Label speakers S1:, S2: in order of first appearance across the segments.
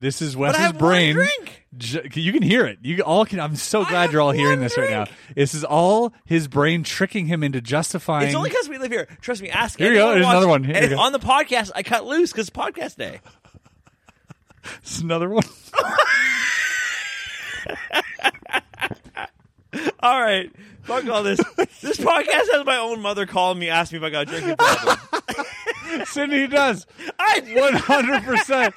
S1: This is
S2: But I
S1: Wes's
S2: have one
S1: brain.
S2: drink.
S1: J- you can hear it. You all can. I'm so glad
S2: have
S1: you're all hearing
S2: one
S1: this right now.
S2: drink.
S1: This is all his brain tricking him into justifying.
S2: It's only because we live here. Trust me. Ask
S1: Here you go.
S2: anyone who
S1: There's
S2: watches-
S1: another one. Here
S2: and
S1: you
S2: if
S1: go.
S2: on the podcast, I cut loose because podcast day.
S1: It's another one.
S2: All right, fuck all this. this podcast has my own mother call me, ask me if I got a drinking problem.
S1: Cindy does.
S2: I,
S1: 100. percent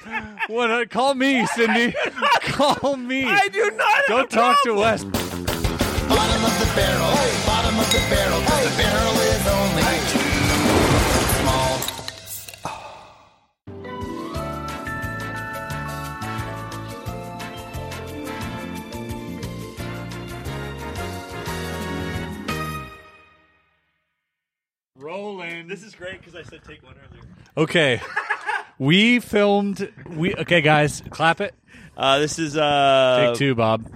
S1: What? Call me, Cindy. Call me.
S2: I do not. have
S1: Don't
S2: a
S1: talk
S2: problem.
S1: to Wes.
S3: Bottom of the barrel, bottom of the barrel, 'cause the barrel is only small.
S1: Rolling.
S2: This is great because I said take one earlier.
S1: Okay. We filmed. We okay, guys. Clap it.
S2: Uh, this is uh,
S1: Take two, Bob.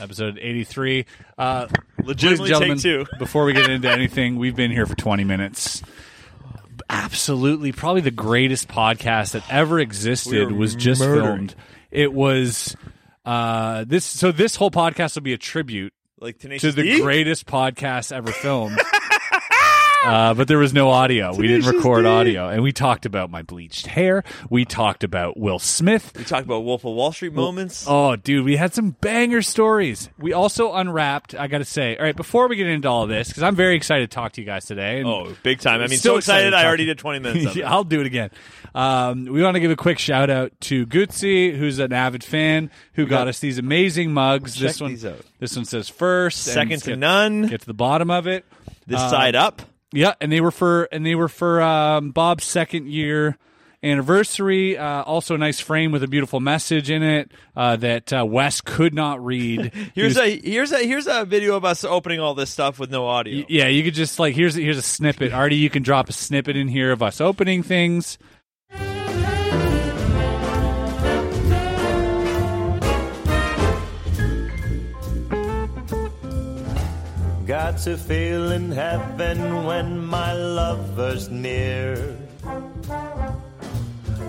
S1: Episode 83. Uh, ladies and
S2: Legitimately,
S1: gentlemen,
S2: take two.
S1: before we get into anything, we've been here for 20 minutes. Absolutely, probably the greatest podcast that ever existed
S2: We were
S1: was just
S2: murdering.
S1: filmed. It was uh, this. So this whole podcast will be a tribute
S2: Like
S1: to
S2: tenacious
S1: the
S2: D?
S1: greatest podcast ever filmed. Uh, but there was no audio. we didn't
S2: Tenacious
S1: record
S2: D.
S1: audio, and we talked about my bleached hair. We talked about Will Smith.
S2: We talked about Wolf of Wall Street moments.
S1: Oh, dude, we had some banger stories. We also unwrapped. I got to say, all right, before we get into all this, because I'm very excited to talk to you guys today. and-
S2: Oh, big time! I mean,
S1: Still
S2: so excited!
S1: excited
S2: I already
S1: talking.
S2: did twenty minutes. Of it.
S1: Yeah, I'll do it again. Um, we want to give a quick shout out to Gutsy, who's an avid fan, who got, us these amazing mugs. This one,
S2: these out.
S1: this one says first, and
S2: Second to
S1: get-
S2: none.
S1: Get to the bottom of it.
S2: This
S1: Uh,
S2: side up.
S1: Yeah, and they were for and they were for um, Bob's second year anniversary. Uh, also, a nice frame with a beautiful message in it uh, that uh, Wes could not read. He
S2: Here's
S1: was-
S2: a here's a here's a video of us opening all this stuff with no audio.
S1: yeah, you could just like here's a, here's a snippet. Artie, you can drop a snippet in here of us opening things.
S4: Got to feeling heaven when my lover's near.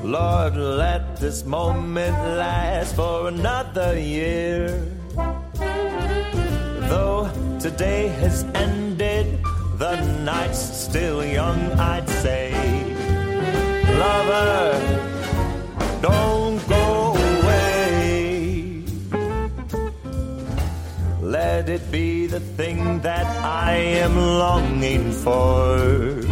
S4: Lord, let this moment last for another year. Though today has ended, the night's still young, I'd say. Lover, don't go away. Let it be the thing that I am longing for.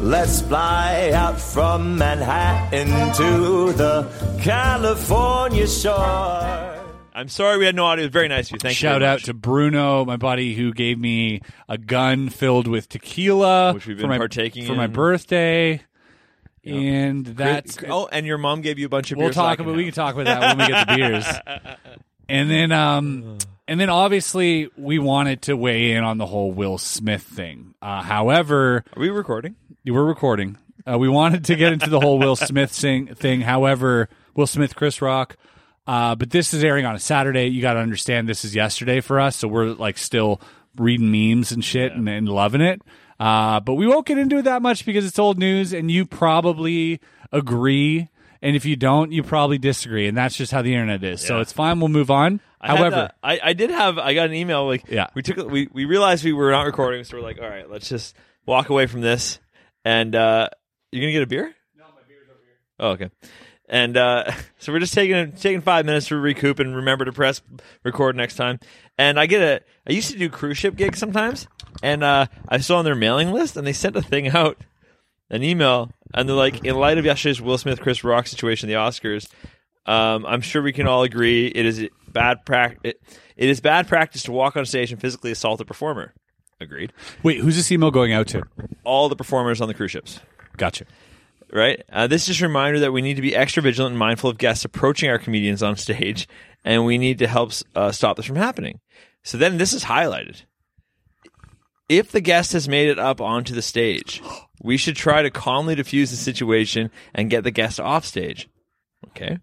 S4: Let's fly out from Manhattan to the California shore.
S2: I'm sorry we had no audio. It was very nice of you. Thank you.
S1: Shout
S2: very
S1: out
S2: much.
S1: to Bruno, my buddy, who gave me a gun filled with tequila,
S2: Which we've
S1: for
S2: been
S1: my,
S2: partaking
S1: for my
S2: in.
S1: birthday. And that's
S2: Oh, and your mom gave you a bunch of.
S1: we'll
S2: beers, so I
S1: talk
S2: can
S1: about
S2: have.
S1: we can talk about that when we get the beers. And then um and then obviously we wanted to weigh in on the whole Will Smith thing. Uh, however,
S2: Are we recording?
S1: you were recording. Uh, we wanted to get into the whole Will Smith sing- thing. However, Will Smith, Chris Rock. Uh, but this is airing on a Saturday. You got to understand this is yesterday for us, so we're like still reading memes and shit and, and loving it. Uh, but we won't get into it that much because it's old news, and you probably agree. And if you don't, you probably disagree, and that's just how the internet is. So it's fine. We'll move on.
S2: I had uh,
S1: However,
S2: that- I, I did have I got an email like
S1: Yeah.
S2: we took we we realized we were not recording, so we're like, all right, let's just walk away from this. And uh you're gonna get a beer? No, my beer's over here. Oh, okay. And uh, so we're just taking taking five minutes to recoup and remember to press record next time. And I get a I used to do cruise ship gigs sometimes, and uh, I saw on their mailing list, and they sent a thing out, an email, and they're like, in light of yesterday's Will Smith Chris Rock situation, at the Oscars, um, I'm sure we can all agree it is bad prac it, it is bad practice to walk on stage and physically assault a performer. Agreed.
S1: wait, who's this email going out to?
S2: All the performers on the cruise ships.
S1: Gotcha.
S2: Right. Uh, this is just a reminder that we need to be extra vigilant and mindful of guests approaching our comedians on stage, and we need to help uh, stop this from happening. So then, this is highlighted. If the guest has made it up onto the stage, we should try to calmly diffuse the situation and get the guest off stage. Okay.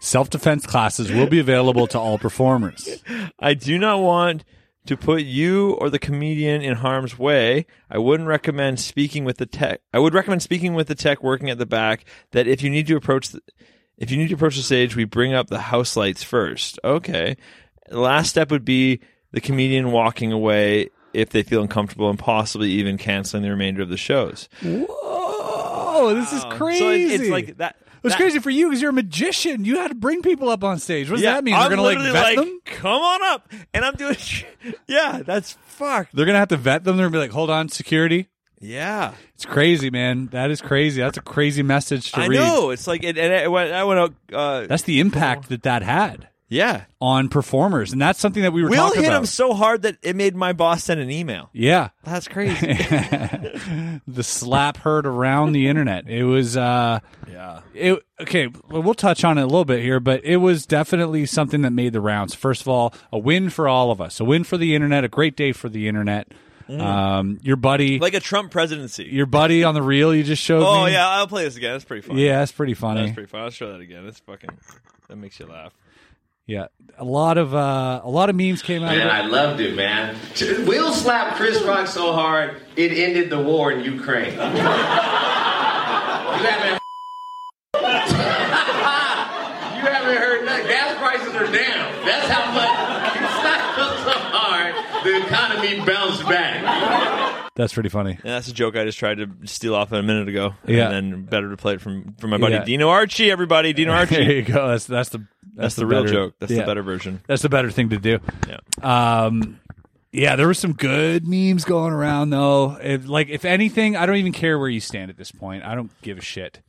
S1: Self defense classes will be available to all performers.
S2: I do not want to put you or the comedian in harm's way. I wouldn't recommend speaking with the tech. I would recommend speaking with the tech working at the back. That if you need to approach, the, If you need to approach the stage, we bring up the house lights first. Okay. The last step would be the comedian walking away if they feel uncomfortable and possibly even canceling the remainder of the shows.
S1: Whoa, this is crazy.
S2: Oh, So it's, it's like that.
S1: It's
S2: that-
S1: crazy for you because you're a magician. You had to bring people up on stage. What does that mean?
S2: I'm
S1: They're gonna like
S2: literally
S1: vet them.
S2: Come on up, and I'm doing. sh- Yeah, that's fucked.
S1: They're gonna have to vet them. They're gonna be like, hold on, security.
S2: Yeah,
S1: It's crazy, man. That is crazy. That's a crazy message to
S2: I
S1: read.
S2: know. It's like, and, and I went. I went out. Uh,
S1: That's the impact that that had
S2: yeah,
S1: on performers, and that's something that we were
S2: Will
S1: talking
S2: hit
S1: about.
S2: him so hard that it made my boss send an email.
S1: yeah,
S2: That's crazy.
S1: the slap heard around the internet. It was. uh
S2: yeah.
S1: it okay well, we'll touch on it a little bit here but it was definitely something that made the rounds first of all a win for all of us a win for the internet a great day for the internet
S2: Mm.
S1: um, your buddy
S2: Like a Trump presidency.
S1: your buddy on the reel you just showed
S2: Oh
S1: me
S2: yeah, I'll play this again. That's pretty fun.
S1: yeah that's pretty funny
S2: That's pretty fun. I'll show that again. That's fucking. That makes you laugh.
S1: yeah a lot of uh, a lot of memes came out
S5: Man,
S1: of it
S5: I loved it, man. Will slapped Chris Rock so hard it ended the war in Ukraine. you haven't. you haven't heard nothing. Gas prices are down. That's how much you slapped him so hard the economy bounced back.
S1: that's pretty funny
S2: And that's a joke I just tried to steal off a minute ago.
S1: Yeah.
S2: And then better to play it from from my buddy
S1: Yeah.
S2: Dino Archie. Everybody, Dino Archie.
S1: there you go that's that's the that's,
S2: that's the real
S1: better-
S2: joke. That's
S1: yeah.
S2: the better version.
S1: that's the better thing to do
S2: Yeah.
S1: Um, yeah, there were some good memes going around though. If, like, if anything, I don't even care where you stand at this point. I don't give a shit.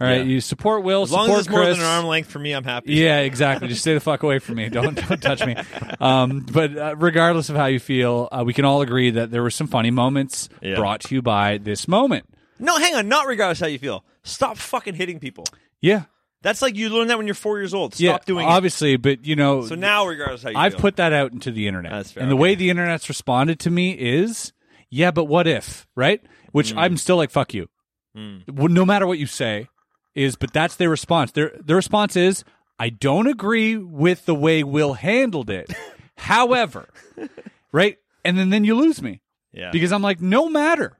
S1: All right,
S2: Yeah.
S1: you support Will,
S2: As
S1: support
S2: long as it's more
S1: Chris.
S2: than an arm length for me, I'm happy.
S1: yeah, exactly. Just stay the fuck away from me. Don't don't touch me. Um, but uh, regardless of how you feel, uh, we can all agree that there were some funny moments
S2: Yeah.
S1: brought to you by this moment.
S2: No, hang on. Not regardless how you feel. Stop fucking hitting people.
S1: Yeah,
S2: That's like you learned that when you're four years old. Stop
S1: yeah.
S2: doing it.
S1: obviously, but you know,
S2: So now, regardless how you
S1: I've
S2: feel.
S1: put that out into the internet.
S2: That's fair,
S1: And the
S2: okay.
S1: way the internet's responded to me is, yeah, but what if, right?
S2: Mm.
S1: Which I'm still like, fuck you. Well, No matter what you say, is but that's their response. Their their response is, I don't agree with the way Will handled it. However, right? And then then you lose me
S2: yeah.
S1: because I'm like, no matter.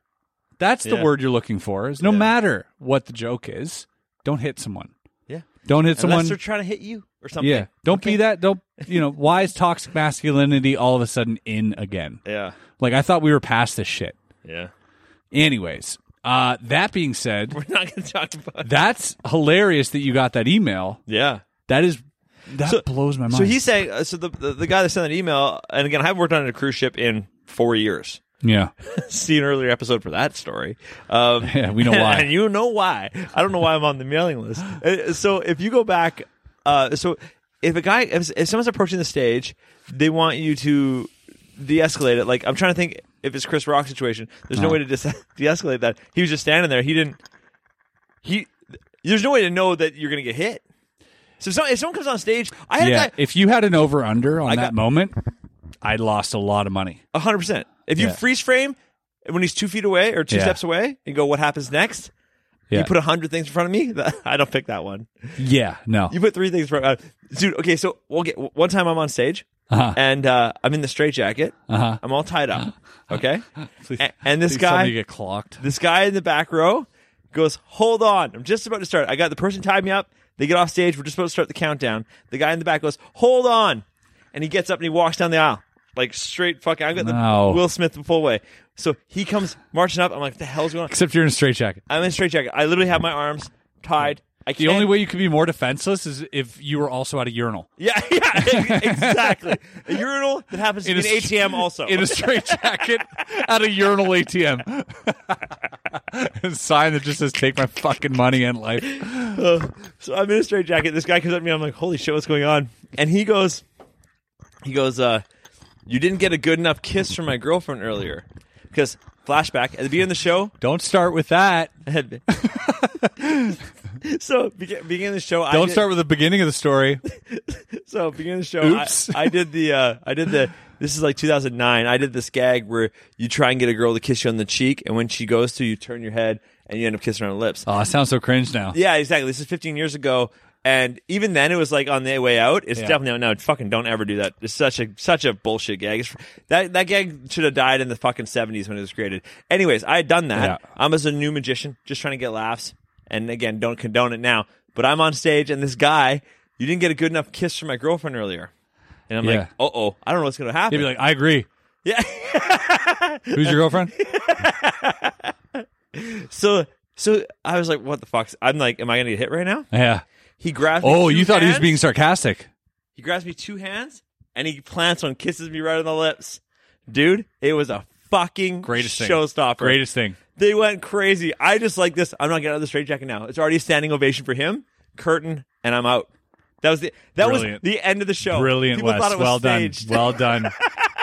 S1: That's the
S2: Yeah.
S1: word you're looking for. Is no matter what the joke is, don't hit someone.
S2: yeah.
S1: Don't hit
S2: Unless
S1: someone.
S2: they're trying to hit you or something.
S1: Yeah. Don't
S2: Okay.
S1: be that. Don't, you know, why is toxic masculinity all of a sudden in again?
S2: Yeah.
S1: Like, I thought we were past this shit.
S2: Yeah.
S1: Anyways, uh, that being said,
S2: We're not going to talk about it.
S1: that's hilarious that you got that email.
S2: Yeah.
S1: That is, that
S2: So-
S1: blows my mind.
S2: So he's saying, uh, so the, the the guy that sent that email, and again, I haven't worked on a cruise ship in four years.
S1: yeah.
S2: See an earlier episode for that story. Um,
S1: Yeah, we know why.
S2: and you know why. I don't know why I'm on the mailing list. Uh, So if you go back, uh, so if a guy, if, if someone's approaching the stage, they want you to de-escalate it. Like I'm trying to think if it's Chris Rock situation. There's no
S1: Uh-huh.
S2: way to dis- de-escalate that. He was just standing there. He didn't. He. There's no way to know that you're gonna get hit. So if someone, if someone comes on stage, I had
S1: Yeah.
S2: a guy,
S1: If you had an over under on
S2: I
S1: that
S2: got-
S1: moment, I lost a lot of money.
S2: A hundred percent. If you
S1: Yeah.
S2: freeze frame when he's two feet away or two
S1: Yeah.
S2: steps away and go, what happens next?
S1: Yeah.
S2: You put a hundred things in front of me. I don't pick that one.
S1: yeah. No.
S2: You put three things in front. Of, dude, okay. So we'll get one time. I'm on stage
S1: Uh-huh.
S2: and uh, I'm in the straitjacket. Uh-huh. I'm all tied up. Okay. A- and this
S1: Uh-huh. Please tell me you
S2: guy,
S1: get clocked.
S2: this guy in the back row, goes, "Hold on, I'm just about to start." I got the person tied me up. They get off stage. We're just about to start the countdown. The guy in the back goes, "Hold on," and he gets up and he walks down the aisle like straight fucking. I got the
S1: No.
S2: Will Smith the full way. So he comes marching up. I'm like, "The hell's going on?"
S1: Except you're in a straitjacket.
S2: I'm in a straight jacket. I literally have my arms tied. I
S1: The
S2: can't-
S1: only way you could be more defenseless is if you were also at a urinal.
S2: yeah, yeah, ex- exactly. A urinal that happens to
S1: In
S2: be
S1: a
S2: an
S1: str-
S2: ATM also.
S1: in a straitjacket at a urinal ATM. a sign that just says "Take my fucking money and life."
S2: So I'm in a straight jacket. This guy comes up to me. I'm like, holy shit, what's going on? And he goes, he goes, uh, you didn't get a good enough kiss from my girlfriend earlier. Because flashback at the beginning of the show,
S1: Don't start with that.
S2: so begin, beginning of the show, I
S1: Don't
S2: did,
S1: start with the beginning of the story.
S2: So beginning of the show,
S1: Oops.
S2: I, I did the, uh, I did the. This is like 2009. I did this gag where you try and get a girl to kiss you on the cheek, and when she goes to, you turn your head and you end up kissing her on the lips.
S1: Oh, it sounds so cringe now.
S2: Yeah, exactly. This is 15 years ago, and even then, it was like on the way out. It's
S1: Yeah.
S2: definitely no, fucking don't ever do that. It's such a such a bullshit gag. It's, that that gag should have died in the fucking 70s when it was created. Anyways, I had done that.
S1: Yeah.
S2: I'm as a new magician, just trying to get laughs. And again, don't condone it now. But I'm on stage, and this guy, you didn't get a good enough kiss from my girlfriend earlier. And I'm like,
S1: Yeah.
S2: uh oh, I don't know what's going to happen.
S1: He'd be like, I agree.
S2: yeah.
S1: Who's your girlfriend?
S2: so, so I was like, what the fuck? I'm like, am I going to get hit right now?
S1: yeah.
S2: He grabs. me
S1: Oh,
S2: two
S1: you thought he was
S2: hands.
S1: being sarcastic.
S2: He grabs me two hands and he plants one, kisses me right on the lips. Dude, it was a fucking
S1: Greatest thing.
S2: showstopper.
S1: Greatest thing.
S2: They went crazy. I just like this. I'm not getting out of the straitjacket now. It's already a standing ovation for him. Curtain, and I'm out. That was the that
S1: Brilliant.
S2: was the end of the show.
S1: Brilliant,
S2: Oh, People
S1: Wes.
S2: thought it was
S1: well
S2: staged.
S1: done. Well done.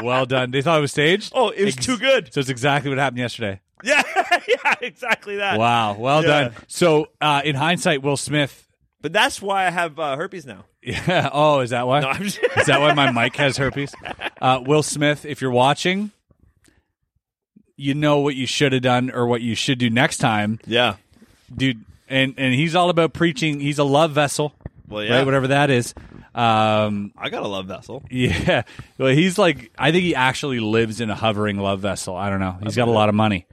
S1: well done. They thought it was staged?
S2: Oh, it was
S1: Ex-
S2: too good.
S1: So it's exactly what happened yesterday.
S2: Yeah, yeah, exactly that.
S1: Wow. Well
S2: Yeah.
S1: done. So uh, in hindsight, Will Smith.
S2: But that's why I have uh, herpes now.
S1: Yeah. Oh, is that why?
S2: I'm just-
S1: is that why my mic has herpes? Uh, Will Smith, if you're watching, you know what you should have done or what you should do next time.
S2: Yeah.
S1: dude and and he's all about preaching he's a love vessel
S2: Well, yeah.
S1: right whatever that is um
S2: I got a love vessel.
S1: yeah well he's like i think he actually lives in a hovering love vessel i don't know he's got a lot of money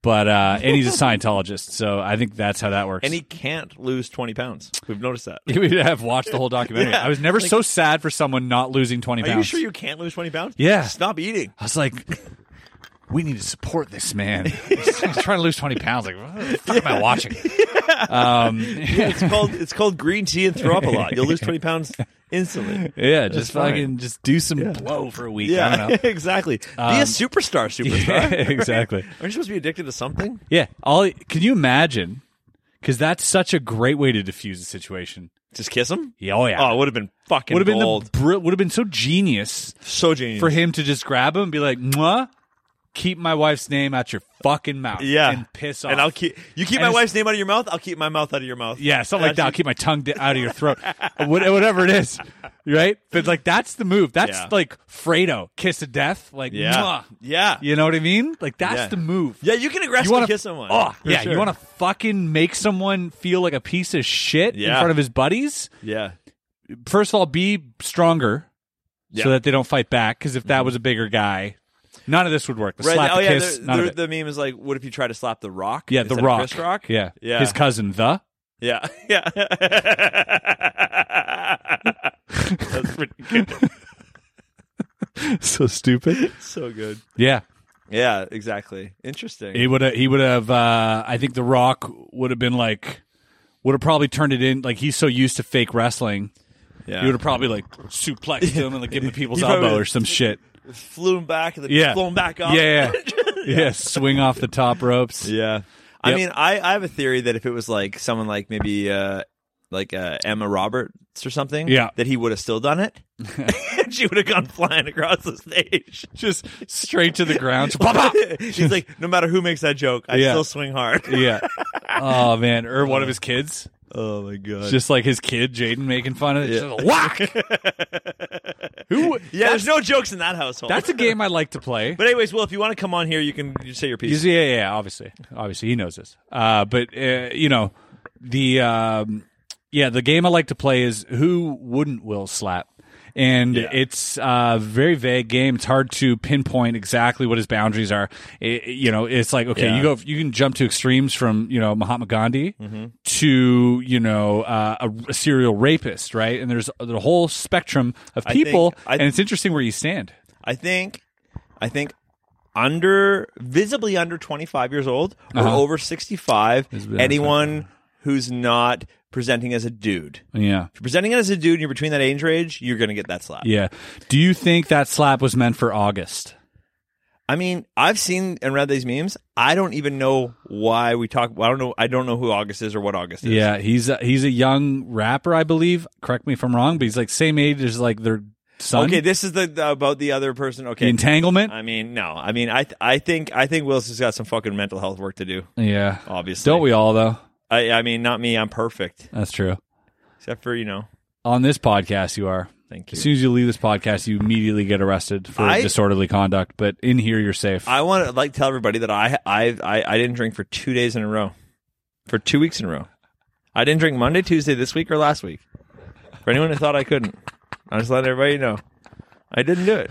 S1: but uh and he's a scientologist so i think that's how that works
S2: And he can't lose 20 pounds. We've noticed that.
S1: we have watched the whole documentary
S2: Yeah,
S1: i was never
S2: like-
S1: so sad for someone not losing 20
S2: Are
S1: pounds
S2: you sure you can't lose 20 pounds?
S1: Yeah.
S2: Stop eating.
S1: i was like we need to support this man he's trying to lose 20 pounds like what the fuck am i watching um
S2: It's called it's called green tea and throw up a lot. You'll lose 20 pounds instantly.
S1: Yeah, just
S2: fine.
S1: fucking just do some blow for a week. I don't
S2: Yeah,
S1: know.
S2: exactly. be a superstar, superstar.
S1: Um, Yeah,
S2: right?
S1: exactly.
S2: Aren't you supposed to be addicted to something?
S1: Yeah, all can you imagine? Because that's such a great way to diffuse the situation.
S2: Just kiss him?
S1: Yeah, oh yeah,
S2: Oh, it would have been fucking
S1: would have been
S2: gold.
S1: the br- would have been so genius
S2: so genius.
S1: for him to just grab him and be like, "Mwah, keep my wife's name out your fucking mouth."
S2: Yeah.
S1: and piss off.
S2: And I'll keep you keep
S1: And
S2: my
S1: it's-
S2: wife's name out of your mouth, I'll keep my mouth out of your mouth.
S1: Yeah, something like that. I'll
S2: That's-
S1: keep my tongue di- out of your throat, Uh, What- whatever it is, right? But like that's the move. That's
S2: Yeah.
S1: like Fredo, kiss of death. Like,
S2: Yeah.
S1: mwah.
S2: Yeah.
S1: you know what I mean? Like that's
S2: Yeah.
S1: the move.
S2: Yeah, you can aggressively
S1: wanna-
S2: kiss someone.
S1: Oh,
S2: For
S1: yeah.
S2: sure.
S1: You want to fucking make someone feel like a piece of shit in
S2: Yeah.
S1: front of his buddies?
S2: Yeah.
S1: First of all, be stronger
S2: Yeah. Mm-hmm.
S1: so that they don't fight back. Because if that was a bigger guy, none of this would work. The
S2: Right.
S1: slap,
S2: oh
S1: the
S2: yeah,
S1: kiss,
S2: there-
S1: none
S2: there-
S1: of it.
S2: the meme is like, what if you try to slap the rock?
S1: yeah, the
S2: instead of
S1: rock.
S2: Chris Rock?
S1: Yeah.
S2: Yeah.
S1: His cousin, the.
S2: Yeah, yeah. That's pretty good.
S1: so stupid.
S2: so good.
S1: Yeah.
S2: Yeah, exactly. Interesting.
S1: He would have. He would have. Uh, I think The Rock would have been like, would have probably turned it in. Like he's so used to fake wrestling,
S2: yeah.
S1: he would have probably like suplexed him and like given the people's
S2: He probably
S1: elbow
S2: would-
S1: or some shit.
S2: flew him back and then
S1: Yeah.
S2: flew him back up.
S1: Yeah, yeah. yeah. Swing off the top ropes.
S2: yeah. I
S1: Yep.
S2: mean, I, I have a theory that if it was like someone like maybe uh, like uh, Emma Roberts or something,
S1: Yeah.
S2: that he would have still done it. she would have gone flying across the stage.
S1: Just straight to the ground. Pop, pop.
S2: She's like, no matter who makes that joke, I
S1: Yeah.
S2: still swing hard.
S1: Yeah. Oh man, or one of his kids,
S2: Oh my god!
S1: just like his kid Jaden making fun of it. Just a whack. Who?
S2: yeah, there's no jokes in that household.
S1: That's a game I like to play.
S2: But anyways, Will, if you want to come on here, you can you say your piece.
S1: He's- yeah, yeah, yeah, obviously, obviously, he knows this. Uh, but uh, you know, the um, yeah, the game I like to play is who wouldn't will slap, and
S2: Yeah.
S1: it's a very vague game. It's hard to pinpoint exactly what his boundaries are. It- you know, it's like okay,
S2: Yeah.
S1: you go, you can jump to extremes from you know Mahatma Gandhi
S2: Mm-hmm.
S1: to you know uh, a, a serial rapist, right? And there's the whole spectrum of
S2: think-
S1: people,
S2: I-
S1: and it's interesting where you stand.
S2: I think, I think, under visibly under twenty five years old or
S1: Uh-huh.
S2: over sixty five,
S1: Visibly under
S2: anyone who's not presenting as a dude. If
S1: Yeah.
S2: you're presenting as a dude, and you're between that age range, you're gonna get that slap.
S1: Yeah. Do you think that slap was meant for August?
S2: I mean, I've seen and read these memes. I don't even know why we talk. I don't know. I don't know who August is or what August is.
S1: Yeah, he's a, he's a young rapper, I believe. Correct me if I'm wrong, but he's like same age as like their son.
S2: Okay, this is the, the about the other person.
S1: the
S2: Okay.
S1: entanglement.
S2: I mean, no. I mean, I th- I think I think Wilson's got some fucking mental health work to do.
S1: yeah,
S2: Obviously,
S1: don't we all though?
S2: I, I mean, not me. I'm perfect,
S1: That's true.
S2: except for you know.
S1: On this podcast, you are.
S2: Thank you.
S1: As soon as you leave this podcast, you immediately get arrested for
S2: I-
S1: disorderly conduct. But in here, you're safe.
S2: I want to like tell everybody that I I I, I didn't drink for two days in a row, for two weeks in a row. I didn't drink Monday, Tuesday this week or last week. For anyone who thought I couldn't, I'm just letting everybody know I didn't do it.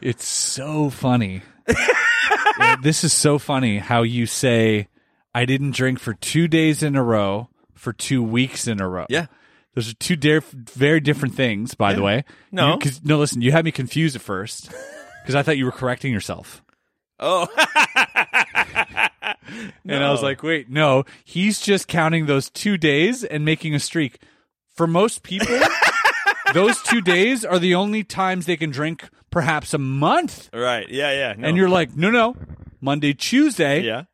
S1: it's so funny. Yeah, this is so funny how you say, "I didn't drink for two days in a row." for two weeks in a row.
S2: Yeah.
S1: Those are two dare- very different things, by the way.
S2: No.
S1: You- 'cause- no, listen, you had me confused at first because I thought you were correcting yourself.
S2: Oh,
S1: And I was like, wait, no, he's just counting those two days and making a streak. For most people, those two days are the only times they can drink perhaps a month.
S2: right. Yeah, yeah. No.
S1: And you're like, no, no, Monday, Tuesday,
S2: yeah,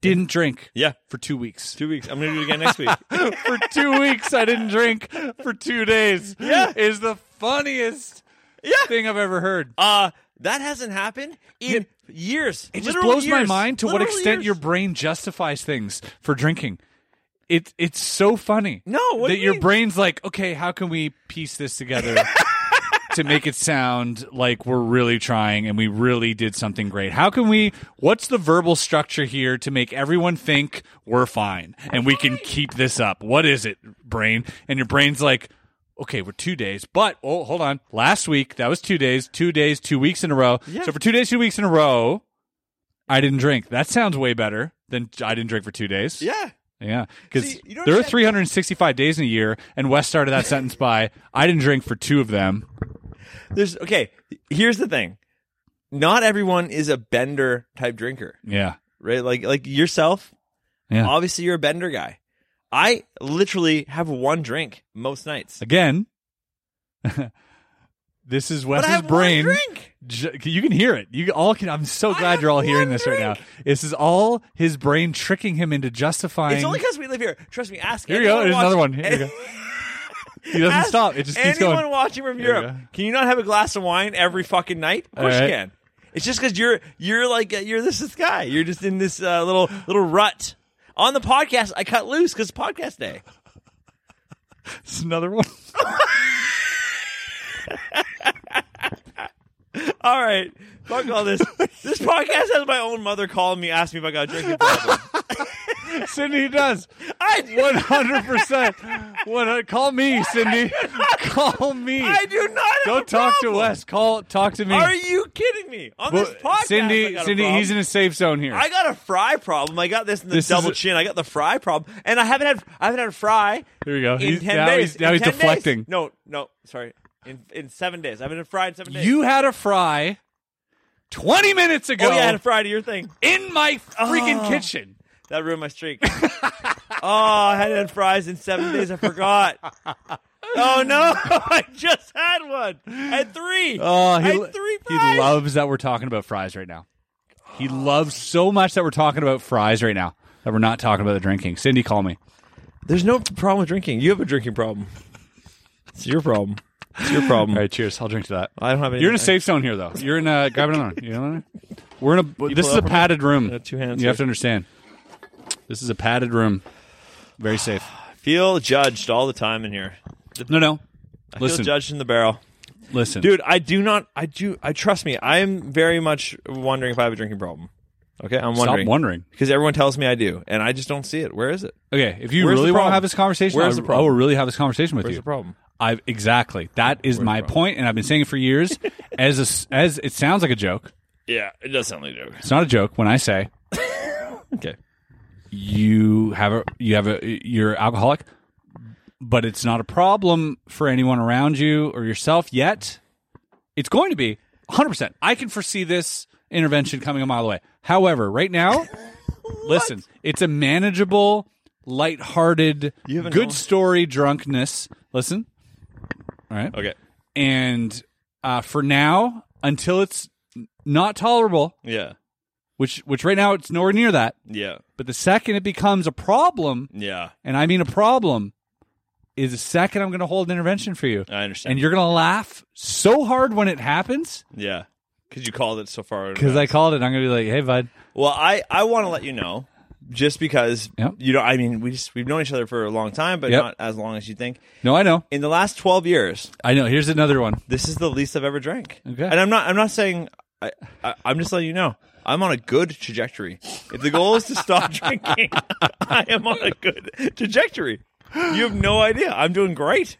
S1: didn't drink
S2: yeah.
S1: for two weeks.
S2: Two weeks. I'm gonna do it again next week.
S1: for two weeks, I didn't drink for two days.
S2: Yeah.
S1: Is the funniest
S2: Yeah.
S1: thing I've ever heard.
S2: Uh that hasn't happened in years.
S1: It just
S2: Literal
S1: blows my
S2: years.
S1: mind to what
S2: Literal
S1: extent
S2: years.
S1: your brain justifies things for drinking. It it's so funny.
S2: No, what
S1: that
S2: do you
S1: your
S2: mean?
S1: brain's like, okay, how can we piece this together to make it sound like we're really trying and we really did something great? How can we? What's the verbal structure here to make everyone think we're fine and we can keep this up? What is it, brain? And your brain's like. Okay, we're two days, but oh, hold on. Last week that was two days, two days, two weeks in a row.
S2: Yeah.
S1: So for two days, two weeks in a row, I didn't drink. That sounds way better than I didn't drink for two days.
S2: Yeah.
S1: Yeah. Because
S2: See, you don't
S1: there are
S2: understand-
S1: 365 days in a year, and Wes started that sentence by, I didn't drink for two of them.
S2: There's okay. Here's the thing. Not everyone is a bender type drinker,
S1: Yeah.
S2: right? Like like yourself.
S1: Yeah.
S2: Obviously, you're a bender guy. I literally have one drink most nights.
S1: Again, this is
S2: But I
S1: Wes's
S2: have
S1: brain.
S2: one drink.
S1: Ju- You can hear it. You all can. I'm so glad
S2: have
S1: you're all hearing
S2: one
S1: this right now.
S2: drink.
S1: This is all his brain tricking him into justifying.
S2: It's only because we live here. Trust me. Ask
S1: Here you go.
S2: anyone
S1: Here's
S2: watching-
S1: another one. Here you go. He doesn't
S2: Ask
S1: stop. It just keeps going.
S2: Anyone watching from
S1: Here we
S2: Europe,
S1: go.
S2: can you not have a glass of wine every fucking night? Of
S1: All
S2: course
S1: right.
S2: you can. It's just because you're you're like uh, you're this, this guy. You're just in this uh, little little rut. On the podcast, I cut loose because it's podcast day.
S1: It's another one.
S2: All right, fuck all this. this podcast has my own mother calling me, asking me if I got a drinking problem.
S1: Cindy does.
S2: I
S1: One hundred percent. What? uh, Call me, Cindy. Call me.
S2: I do not. Have a
S1: Don't talk
S2: problem.
S1: to Wes. Call. Talk to me.
S2: Are you kidding me? On
S1: Well,
S2: this podcast, I
S1: Cindy,
S2: got a
S1: Cindy,
S2: problem.
S1: he's in a safe zone here.
S2: I got a fry problem. I got this in the
S1: This is
S2: double
S1: a-
S2: chin. I got the fry problem, and I haven't had I haven't had a fry.
S1: Here we go.
S2: In
S1: He's-
S2: ten
S1: now
S2: days.
S1: he's- now
S2: In
S1: he's
S2: 10 days.
S1: deflecting.
S2: No, no, sorry. In in seven days, I haven't had a fry in seven days.
S1: you had a fry twenty minutes ago
S2: oh yeah, I had a fry Ah. to your thing.
S1: in my freaking kitchen.
S2: That ruined my streak. oh, I hadn't had fries in seven days. I forgot. Oh no! I just had one. I had three.
S1: Oh,
S2: I
S1: he,
S2: had three
S1: he
S2: fries.
S1: loves that we're talking about fries right now. He loves so much that we're talking about fries right now that we're not talking about the drinking. Cindy, call me.
S2: There's no problem with drinking. You have a drinking problem. It's your problem. It's your problem.
S1: All right, cheers. I'll drink to that.
S2: I don't have any.
S1: You're in a safe zone here, though. You're in a grab another. one. You know what I mean? We're in a. This is a
S2: up or-
S1: padded room.
S2: got two hands
S1: You have to
S2: here.
S1: understand. This is a padded room. Very safe.
S2: feel judged all the time in here.
S1: No, no.
S2: Feel
S1: Listen,
S2: judged in the barrel,
S1: listen,
S2: dude. I do not. I do. I trust me. I am very much wondering if I have a drinking problem. Okay, I'm
S1: Stop
S2: wondering
S1: wondering.
S2: because everyone tells me I do, and I just don't see it. Where is it?
S1: Okay, if you
S2: Where's the
S1: really want to
S2: problem?
S1: have this conversation,
S2: Where's
S1: I,
S2: the problem?
S1: I will really have this conversation with
S2: Where's
S1: you.
S2: the problem?
S1: I've exactly. That is my point, and I've been saying it for years. as a s as it sounds like a joke,
S2: Yeah, it does sound like a joke.
S1: it's not a joke when I say
S2: Okay.
S1: you have a you have a you're alcoholic, but it's not a problem for anyone around you or yourself yet. It's going to be 100. percent I can foresee this intervention coming a mile away. However, right now, listen, it's a manageable, lighthearted,
S2: haven't
S1: good
S2: known-
S1: story drunkenness. Listen, all right,
S2: Okay.
S1: and uh, for now, until it's not tolerable,
S2: Yeah.
S1: which which right now it's nowhere near that.
S2: Yeah.
S1: But the second it becomes a problem,
S2: Yeah.
S1: and I mean a problem, is the second I'm going to hold an intervention for you.
S2: I understand.
S1: And you're going to laugh so hard when it happens
S2: yeah. Because you called it so far.
S1: because I called it. I'm going to be like, hey, bud.
S2: Well, I I want to let you know, just because
S1: Yep.
S2: you know. I mean, we just we've known each other for a long time, but
S1: Yep.
S2: not as long as you think.
S1: No, I know.
S2: In the last twelve years,
S1: I know. Here's another one.
S2: this is the least I've ever drank.
S1: Okay.
S2: And I'm not I'm not saying I, I I'm just letting you know. I'm on a good trajectory. If the goal is to stop drinking, I am on a good trajectory. You have no idea. I'm doing great.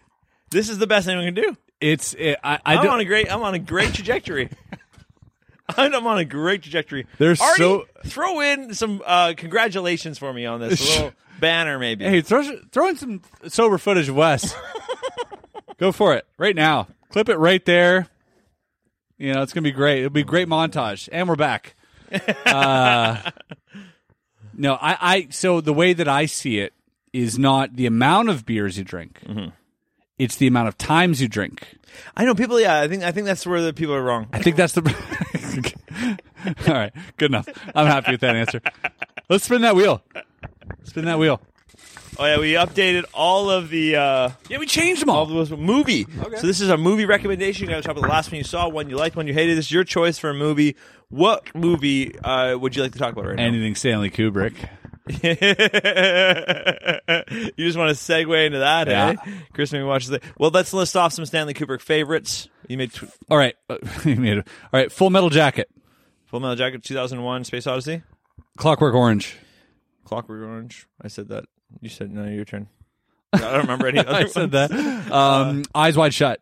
S2: This is the best anyone can do.
S1: It's, it, I, I
S2: I'm
S1: don't.
S2: on a great I'm on a great trajectory. I'm on a great trajectory.
S1: There's
S2: Artie,
S1: so-
S2: throw in some uh, congratulations for me on this. A little banner, maybe.
S1: Hey, throw throw in some sober footage of Wes. Go for it right now. Clip it right there. You know it's gonna be great. It'll be a great montage, and we're back. Uh, no, I, I. So the way that I see it is not the amount of beers you drink; it's the amount of times you drink.
S2: I know people. Yeah, I think I think that's where the people are wrong.
S1: I think that's the. All right, good enough. I'm happy with that answer. Let's spin that wheel. Spin that wheel.
S2: Oh yeah, we updated all of the uh,
S1: Yeah, we changed them all.
S2: all of those movie. So this is a movie recommendation. You got to talk about the last one you saw, one you liked, one you hated. This is your choice for a movie. What movie uh, would you like to talk about right now?
S1: Anything Stanley Kubrick.
S2: you just want to segue into that,
S1: Yeah.
S2: eh? Chris maybe watches it. Well, let's list off some Stanley Kubrick favorites. You made tw-
S1: All right, You made it. all right. Full Metal Jacket,
S2: Full Metal Jacket 2001, Space Odyssey,
S1: Clockwork Orange.
S2: Clockwork Orange. I said that. You said no. Your turn. I don't remember any other
S1: I
S2: ones.
S1: said that. Um, Eyes Wide Shut.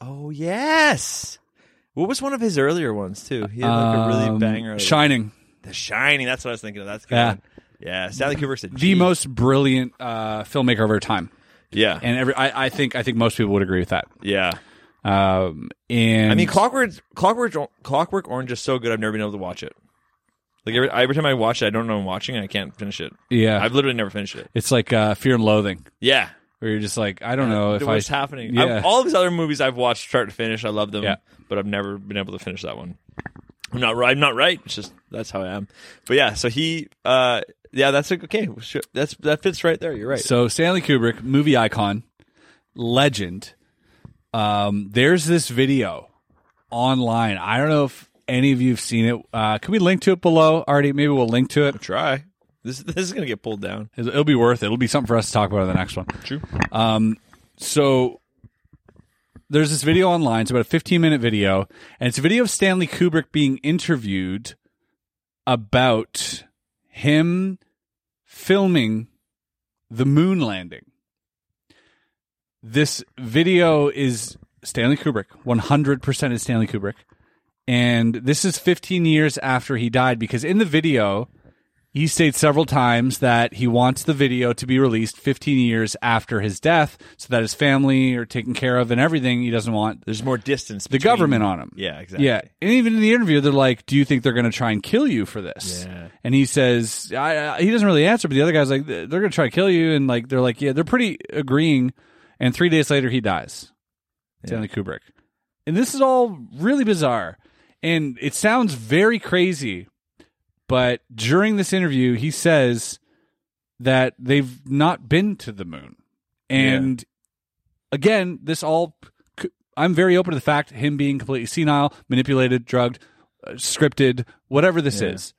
S2: Oh yes. What was one of his earlier ones too? He had like a really
S1: Um,
S2: banger.
S1: Shining.
S2: The Shining. That's what I was thinking of. That's good.
S1: Yeah.
S2: Yeah. Yeah, Stanley Kubrick's a
S1: The
S2: G.
S1: most brilliant uh, filmmaker of our time,
S2: Yeah,
S1: and every I, I think I think most people would agree with that.
S2: yeah.
S1: Um, and
S2: I mean, Clockwork, Clockwork, Clockwork Orange is so good. I've never been able to watch it. Like every, every time I watch it, I don't know I'm watching it. I can't finish it.
S1: Yeah.
S2: I've literally never finished it.
S1: it's like uh, Fear and Loathing,
S2: Yeah,
S1: where you're just like, I don't know if I,
S2: what's happening?
S1: Yeah.
S2: I've- all of his other movies I've watched, start to finish, I love them.
S1: Yeah.
S2: but I've never been able to finish that one. I'm not right. I'm not right. It's just that's how I am. But yeah, so he, uh, yeah, that's like, okay. sure. That's that fits right there. You're right.
S1: So Stanley Kubrick, movie icon, legend. Um, there's this video online. I don't know if any of you have seen it. Uh, can we link to it below? Already, maybe we'll link to it.
S2: Try this. This is gonna get pulled down.
S1: It'll it'll be worth it. It'll be something for us to talk about in the next one. Um,
S2: True.
S1: So there's this video online. It's about a 15 minute video, and it's a video of Stanley Kubrick being interviewed about him filming the moon landing. This video is Stanley Kubrick, 100% is Stanley Kubrick. And this is 15 years after he died because in the video, he states several times that he wants the video to be released 15 years after his death so that his family are taken care of and everything. He doesn't want
S2: There's more distance.
S1: the government on him.
S2: Yeah, exactly.
S1: Yeah. And even in the interview, they're like, Do you think they're going to try and kill you for this?
S2: Yeah.
S1: And he says, I, I, He doesn't really answer, but the other guy's like, They're going to try to kill you. And like, they're like, Yeah, they're pretty agreeing. And three days later, he dies. Stanley Kubrick. And this is all really bizarre. And it sounds very crazy. But during this interview, he says that they've not been to the moon. And again, this all I'm very open to the fact him being completely senile, manipulated, drugged, uh, scripted, whatever this is.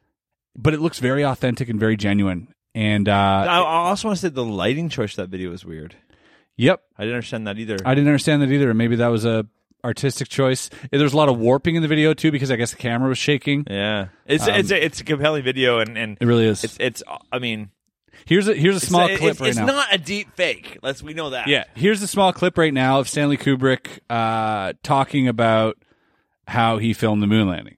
S1: But it looks very authentic and very genuine. And
S2: I,
S1: uh,
S2: I also want to say the lighting choice for that video was weird.
S1: yep,
S2: I didn't understand that either.
S1: I didn't understand that either. Maybe that was a artistic choice. Yeah, There's a lot of warping in the video too because I guess the camera was shaking.
S2: yeah, it's it's a, it's a compelling video, and and
S1: Um, It really is.
S2: it's it's. I mean,
S1: here's a here's a small
S2: it's,
S1: clip
S2: it's,
S1: right
S2: it's
S1: now.
S2: not a deep fake. Let's we know that.
S1: yeah, here's a small clip right now of Stanley Kubrick uh, talking about how he filmed the moon landing.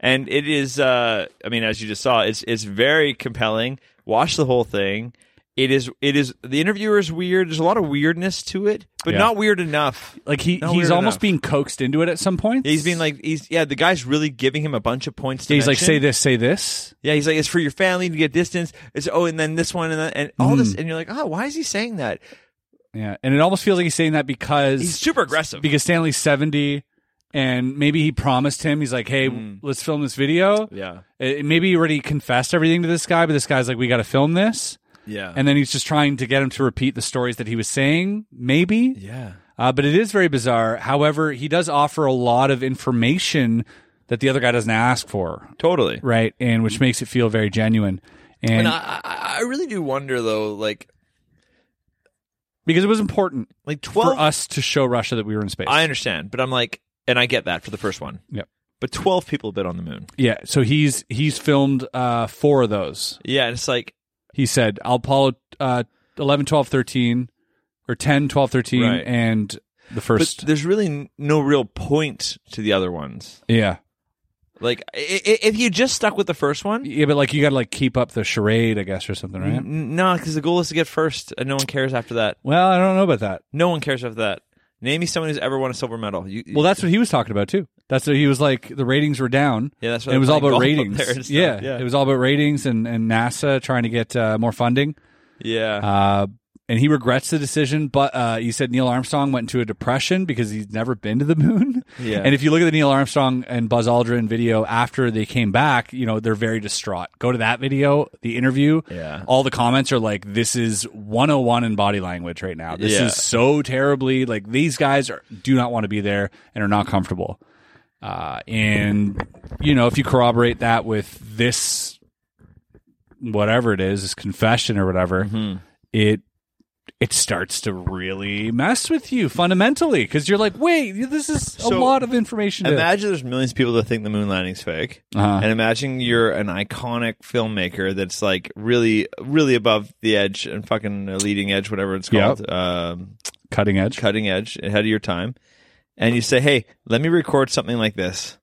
S2: and it is. Uh, I mean, as you just saw, it's it's very compelling. Watch the whole thing. It is. It is. The interviewer is weird. There's a lot of weirdness to it, but
S1: Yeah.
S2: not weird enough.
S1: Like he
S2: Not
S1: he's
S2: weird
S1: almost
S2: enough.
S1: being coaxed into it at some point.
S2: He's being like he's yeah. The guy's really giving him a bunch of points. To
S1: he's like
S2: mention.
S1: say this, say this.
S2: Yeah, he's like, it's for your family to get distance. It's oh, and then this one, and then, and all
S1: Mm.
S2: this, and you're like, oh, why is he saying that?
S1: Yeah, and it almost feels like he's saying that because
S2: He's super aggressive.
S1: because Stanley's seventy, and maybe he promised him he's like, hey, let's film this video.
S2: Hmm. yeah,
S1: Uh, maybe he already confessed everything to this guy, but this guy's like, we got to film this.
S2: yeah,
S1: And then he's just trying to get him to repeat the stories that he was saying, maybe.
S2: yeah,
S1: Uh, but it is very bizarre. However, he does offer a lot of information that the other guy doesn't ask for,
S2: totally.
S1: right? And which makes it feel very genuine. And,
S2: And I, I, I really do wonder though, like,
S1: because it was important
S2: like twelve.
S1: for us to show Russia that we were in space.
S2: I understand, but I'm like, and I get that for the first one.
S1: Yep.
S2: But twelve people have been on the moon.
S1: yeah. So he's he's filmed uh, four of those.
S2: Yeah, and it's like,
S1: he said apollo uh, 11 12 13 or 10 12 13
S2: Right.
S1: and the
S2: but
S1: first
S2: there's really n- no real point to the other ones.
S1: yeah
S2: Like i- i- if you just stuck with the first one,
S1: Yeah, but like you got to like keep up the charade, I guess, or something, right?
S2: n- no, because the goal is to get first, and no one cares after that.
S1: Well, I don't know about that.
S2: No one cares after that. Name me someone who's ever won a silver medal. You,
S1: Well, that's what he was talking about too. That's what he was like. The ratings were down.
S2: Yeah, that's why
S1: and it was
S2: they're
S1: all about
S2: playing golf up there and
S1: ratings.
S2: stuff.
S1: Yeah,
S2: Yeah.
S1: it was all about ratings and and NASA trying to get uh, more funding.
S2: yeah.
S1: Uh, and he regrets the decision, but uh, he said Neil Armstrong went into a depression because he's never been to the moon.
S2: Yeah.
S1: And if you look at the Neil Armstrong and Buzz Aldrin video after they came back, you know they're very distraught. Go to that video, the interview.
S2: Yeah.
S1: All the comments are like, "This is 101 in body language right now. This
S2: Yeah.
S1: is so terribly like these guys are, do not want to be there and are not comfortable." Uh, and you know if you corroborate that with this whatever it is, this confession or whatever,
S2: Mm-hmm.
S1: it it starts to really mess with you fundamentally because you're like, wait, this is a
S2: So,
S1: lot of information. To,
S2: Imagine there's millions of people that think the moon landing's fake,
S1: Uh-huh.
S2: and imagine you're an iconic filmmaker that's like really, really above the edge and fucking leading edge, whatever it's
S1: Yep.
S2: called, um,
S1: cutting edge.
S2: cutting edge, ahead of your time. And you say, "Hey, let me record something like this,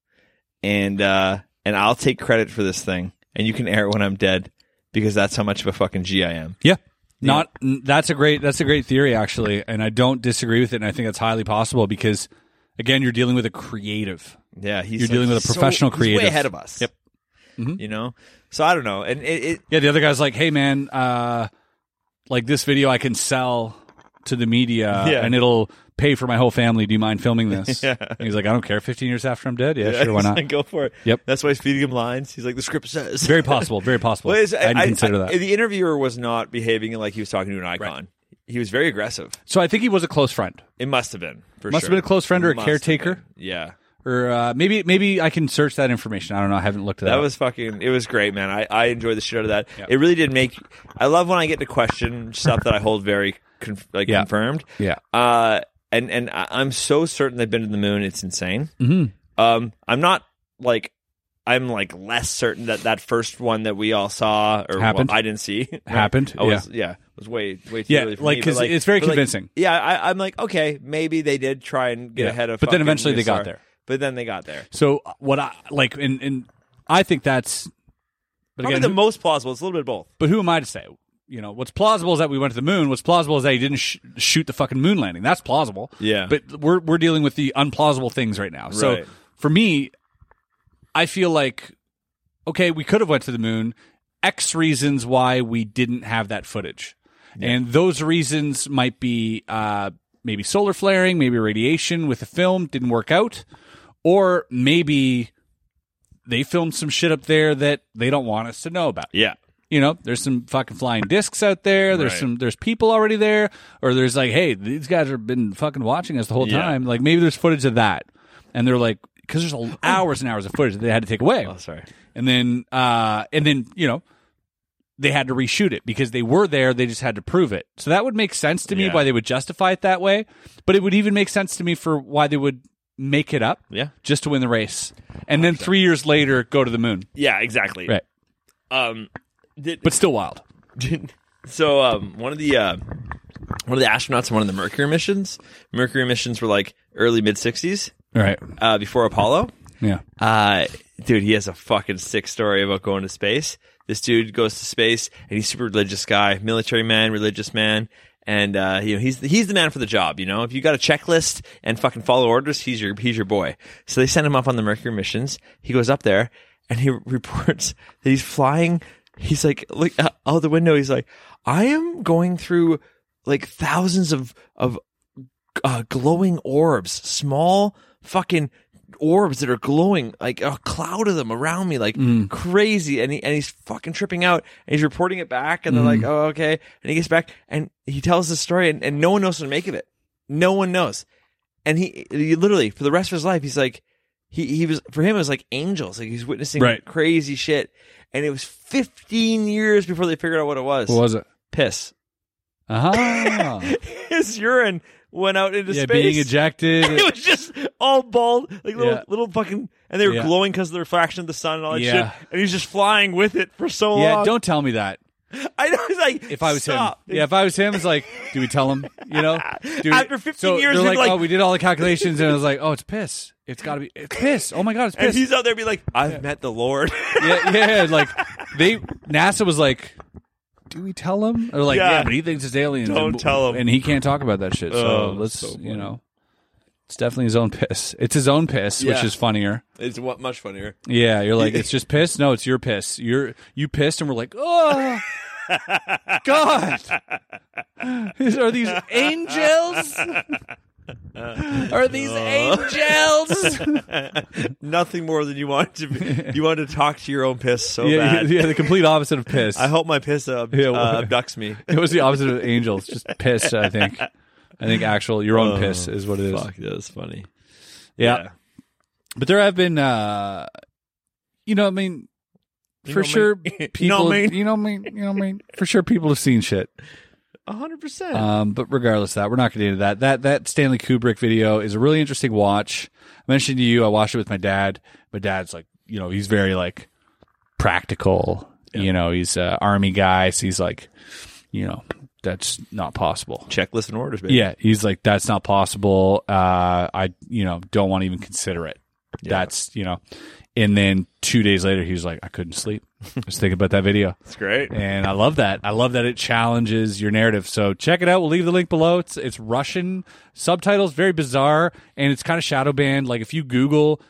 S2: and uh, and I'll take credit for this thing, and you can air it when I'm dead, because that's how much of a fucking G I am."
S1: Yeah. Not n- that's a great that's a great theory actually, and I don't disagree with it, and I think that's highly possible because again, you're dealing with a creative.
S2: Yeah, he's
S1: You're dealing with a professional
S2: he's
S1: creative. Mm-hmm.
S2: way ahead of us. Yep. You know, so I don't know, and it, it
S1: Yeah, the other guy's like, "Hey, man, uh, like this video I can sell to the media,
S2: Yeah.
S1: and it'll pay for my whole family. Do you mind filming this?"
S2: Yeah.
S1: And he's like, "I don't care. Fifteen years after I'm dead, yeah, sure, why
S2: he's
S1: not?"
S2: like, go for it.
S1: Yep.
S2: That's why he's feeding him lines. He's like, the script says.
S1: very possible. Very possible.
S2: Well, it's-
S1: I didn't consider that.
S2: The interviewer was not behaving like he was talking to an icon. He was very aggressive.
S1: so I think he was a close friend,
S2: It must have been. For
S1: Must have
S2: sure.
S1: been a close friend or a
S2: Must have
S1: caretaker.
S2: been. Yeah.
S1: or uh, maybe maybe I can search that information. I don't know. I haven't looked at that.
S2: That was fucking. It was great, man. I, I enjoyed the shit out of that. It really did make. I love when I get to question stuff that I hold very conf- like
S1: Yeah.
S2: confirmed.
S1: Yeah.
S2: Uh, and and I, I'm so certain they've been to the moon. It's insane.
S1: Mm-hmm.
S2: Um, I'm not like. I'm like less certain that that first one that we all saw or
S1: Happened.
S2: well, I didn't see right?
S1: Happened,
S2: I was, yeah, it was way way too
S1: Yeah,
S2: early for
S1: like,
S2: me, but,
S1: 'cause it's very
S2: but, like,
S1: convincing.
S2: yeah, I, I'm like okay, maybe they did try and get
S1: Yeah.
S2: ahead of.
S1: But then
S2: fucking
S1: eventually they got
S2: Newstar.
S1: there.
S2: But then they got there.
S1: so what I like, and and I think that's. But
S2: Probably
S1: again,
S2: the
S1: who-
S2: most plausible. It's a little bit of both.
S1: But who am I to say? You know, what's plausible is that we went to the moon. What's plausible is that he didn't sh- shoot the fucking moon landing. That's plausible.
S2: Yeah.
S1: But we're we're dealing with the unplausible things right now. So
S2: Right.
S1: for me, I feel like okay, we could have went to the moon. X reasons why we didn't have that footage, and those reasons might be uh, maybe solar flaring, maybe radiation with the film didn't work out, or maybe they filmed some shit up there that they don't want us to know about
S2: Yeah.
S1: you know there's some fucking flying discs out there there's
S2: Right.
S1: some there's people already there or there's like hey these guys have been fucking watching us the whole
S2: Yeah.
S1: time like maybe there's footage of that and they're like because there's a- hours and hours of footage that they had to take away
S2: Oh, sorry.
S1: and then uh and then you know they had to reshoot it because they were there they just had to prove it so that would make sense to me
S2: Yeah.
S1: why they would justify it that way but it would even make sense to me for why they would make it up
S2: Yeah.
S1: just to win the race and then three years later go to the moon
S2: Yeah, exactly.
S1: right
S2: Um, did,
S1: but still wild
S2: did- so um, one of the uh, one of the astronauts in one of the Mercury missions. Mercury missions were like early mid '60s,
S1: all right
S2: uh, before Apollo.
S1: yeah
S2: Uh, dude, he has a fucking sick story about going to space. This dude goes to space, and he's a super religious guy, military man, religious man, and uh, you know he's he's the man for the job. You know, if you got a checklist and fucking follow orders, he's your he's your boy. So they send him up on the Mercury missions. He goes up there, and he reports that he's flying. He's like, look uh, out the window. He's like, I am going through like thousands of of uh, glowing orbs, small fucking orbs that are glowing like a cloud of them around me, like
S1: Mm.
S2: crazy. And he and he's fucking tripping out, and he's reporting it back, and they're like,
S1: Mm.
S2: "Oh, okay." And he gets back, and he tells the story, and, and no one knows what to make of it. No one knows, and he, he literally for the rest of his life, he's like, he he was for him it was like angels, like he's witnessing
S1: Right.
S2: crazy shit, and it was 15 years before they figured out what it was.
S1: what was it
S2: Piss.
S1: Ah,
S2: His urine went out into
S1: yeah,
S2: space.
S1: being ejected.
S2: it was just all bald, like little
S1: Yeah.
S2: little fucking, and they were
S1: Yeah.
S2: glowing because of the refraction of the sun and all that
S1: Yeah.
S2: shit. And he's just flying with it for so
S1: yeah,
S2: long.
S1: don't tell me that.
S2: I know. It's like
S1: If I was
S2: stop.
S1: him, yeah. If I was him, it's like, do we tell him? You know, do we-
S2: After 15
S1: so
S2: years,
S1: they're
S2: you'd
S1: like,
S2: be like-
S1: oh, we did all the calculations, and I was like, oh, it's piss. It's got to be it's piss. Oh my god, it's
S2: and
S1: piss.
S2: he's out there be like, I've met the Lord.
S1: yeah, yeah, like they NASA was like, "Do we tell him?" Or like,
S2: Yeah.
S1: "Yeah, but he thinks it's aliens."
S2: Don't
S1: and,
S2: tell him.
S1: and he can't talk about that shit. So
S2: Oh,
S1: let's,
S2: so funny.
S1: you know, it's definitely his own piss. It's his own piss, which
S2: Yeah.
S1: is funnier.
S2: it's what much funnier.
S1: Yeah, you're like, it's just piss. No, it's your piss. You're you pissed, and we're like, oh. God, These- are these angels? are these
S2: Oh.
S1: angels?
S2: Nothing more than you want to. Be, you want to talk to your own piss so
S1: yeah,
S2: bad.
S1: yeah, the complete opposite of piss.
S2: I hope my piss uh,
S1: Yeah,
S2: uh,
S1: well-
S2: abducts me.
S1: It was the opposite of angels, just piss. I think. I think actual your own piss is what it is.
S2: Oh, Fuck, that was funny.
S1: Yeah. but there have been, uh you know, I mean, for
S2: know what I
S1: sure,
S2: mean? You know
S1: people,
S2: what I mean?
S1: you know, what I mean, you know, what I mean, for sure, people have seen shit.
S2: A hundred percent.
S1: Um, but regardless of that, we're not going to get into that. That that Stanley Kubrick video is a really interesting watch. I mentioned to you, I watched it with my dad. My dad's like, you know, he's very like practical. You know, he's an army guy, so he's like, you know, that's not possible.
S2: Checklist and orders, baby.
S1: Yeah, he's like, that's not possible. Uh, I, you know, don't want to even consider it. That's, you know. And then two days later, he was like, I couldn't sleep. I was thinking about that video.
S2: it's great.
S1: And I love that. I love that it challenges your narrative. So check it out. We'll leave the link below. It's it's Russian subtitles, very bizarre, and it's kind of shadow banned. Like if you Google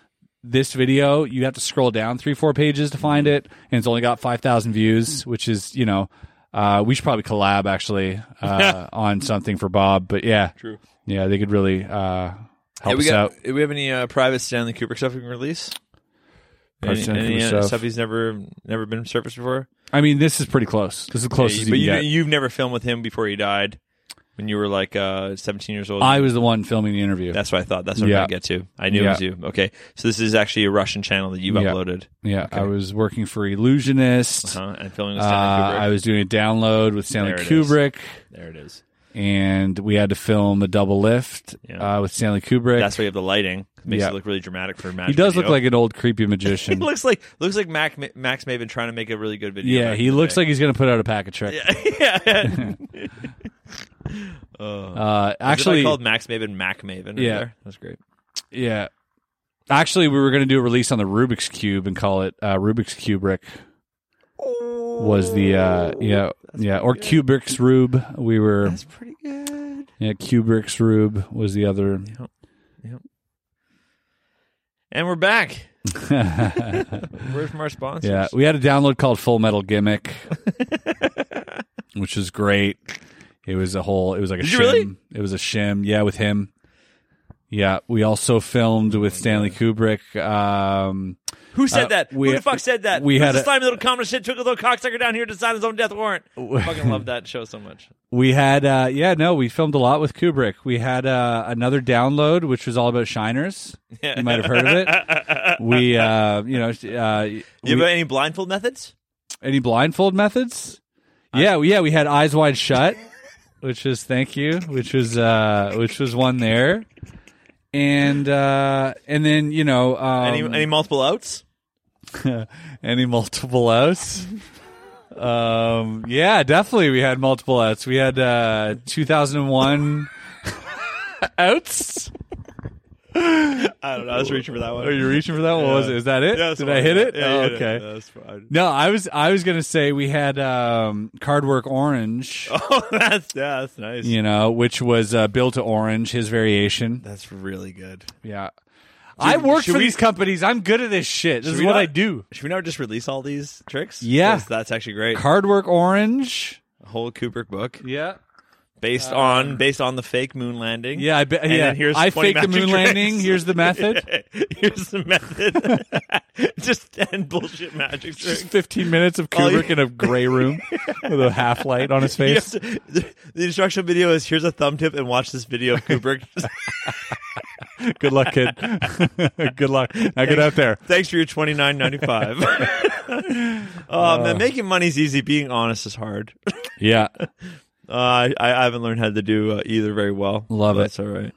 S1: this video, you have to scroll down three, four pages to find it, and it's only got five thousand views, which is you know, uh, we should probably collab actually uh, on something for Bob. But yeah,
S2: True.
S1: Yeah, they could really uh, help
S2: Hey, we
S1: us
S2: got.
S1: out.
S2: Do we have any uh, private Stanley Kubrick stuff we can release?
S1: Private
S2: Any,
S1: Stanley
S2: any,
S1: Kubrick
S2: uh,
S1: stuff.
S2: stuff he's never never been surfaced before.
S1: I mean, this is pretty close. This is the closest
S2: but
S1: you
S2: you,
S1: can get.
S2: you've never filmed with him before he died, when you were like uh, seventeen years old.
S1: I was the one filming the interview.
S2: That's what I thought. That's what
S1: Yeah.
S2: I get to. I knew it
S1: Yeah.
S2: was you. Okay, so this is actually a Russian channel that you've
S1: Yeah.
S2: uploaded.
S1: Yeah, I was working for Illusionist.
S2: Huh? And filming with
S1: Uh,
S2: Uh-huh. Stanley Kubrick.
S1: I was doing a download with Stanley
S2: There it is.
S1: Kubrick,
S2: there it is.
S1: and we had to film a double lift
S2: Yeah.
S1: uh, with Stanley Kubrick.
S2: That's why you have the lighting. It makes
S1: Yeah.
S2: it look really dramatic for a match.
S1: he does look
S2: video.
S1: like an old creepy
S2: He
S1: magician.
S2: looks like looks like Mac, Max Maven trying to make a really good video.
S1: yeah,
S2: back
S1: he
S2: in the
S1: looks
S2: day.
S1: like he's going to put out a pack of tricks.
S2: yeah.
S1: Uh,
S2: Actually,
S1: actually,
S2: called Max Maven Mac Maven. right
S1: Yeah.
S2: there? that's great.
S1: yeah, actually, we were going to do a release on the Rubik's cube and call it uh, Rubik's Kubrick. Was the uh, yeah yeah or Kubrick's Rube? We were
S2: Oh, That's pretty good.
S1: yeah Kubrick's Rube was the other
S2: And we're back. Where's from our sponsors?
S1: Yeah, we had a download called Full Metal Gimmick, which was great. It was a whole. It was like a
S2: Did you
S1: shim.
S2: really?
S1: It was a shim. Yeah, with him. Yeah, we also filmed with Stanley Kubrick. Um,
S2: Who said
S1: Uh,
S2: that?
S1: we-
S2: Who the fuck said that?
S1: we
S2: Who's
S1: had
S2: the
S1: a-
S2: slimy little communist shit took a little cocksucker down here to sign his own death warrant. Fucking love that show so much.
S1: we had uh, yeah, no, we filmed a lot with Kubrick. We had uh, another download, which was all about shiners. You might have heard of it. We, uh, you know, uh,
S2: You
S1: we-
S2: have any blindfold methods?
S1: Any blindfold methods? yeah, yeah, we had eyes wide shut, which was thank you, which was uh which was one there. And uh and then, you know, um,
S2: Any any multiple outs?
S1: any multiple outs. Um yeah, definitely we had multiple outs. We had uh 2001 outs.
S2: I don't know. I was reaching for that one.
S1: Are you Oh, reaching for that? What was it? Is that it? Did I hit it? Oh, okay.
S2: That's fine.
S1: No, I was I was going to say we had um Cardwork Orange.
S2: Oh, that's yeah, that's nice.
S1: you know, which was uh, Bill to Orange, his variation.
S2: That's really good.
S1: Yeah. I work
S2: should
S1: for
S2: we-
S1: these companies. I'm good at this shit. This
S2: Should
S1: is
S2: we
S1: what
S2: not-
S1: I do.
S2: Should we now just release all these tricks?
S1: Yeah.
S2: 'Cause that's actually great.
S1: Cardwork Orange.
S2: A whole Kubrick book
S1: Yeah.
S2: based on based on the fake moon landing.
S1: Yeah, I be,
S2: And
S1: yeah.
S2: then here's
S1: I
S2: 20
S1: faked the
S2: magic
S1: moon
S2: tricks.
S1: landing. Here's the method.
S2: Here's the method. just ten bullshit magic tricks.
S1: Just 15 minutes of
S2: All you-
S1: Kubrick in a gray room with a half light on his
S2: You
S1: face.
S2: have to- the, the instructional video is here's a thumb tip and watch this video of Kubrick.
S1: Good luck, kid. good luck. Now get out there.
S2: Thanks for your twenty nine ninety five. Oh
S1: Uh.
S2: man, making money's easy. Being honest is hard.
S1: Yeah.
S2: Uh, I I haven't learned how to do uh, either very well.
S1: Love it.
S2: but That's all right.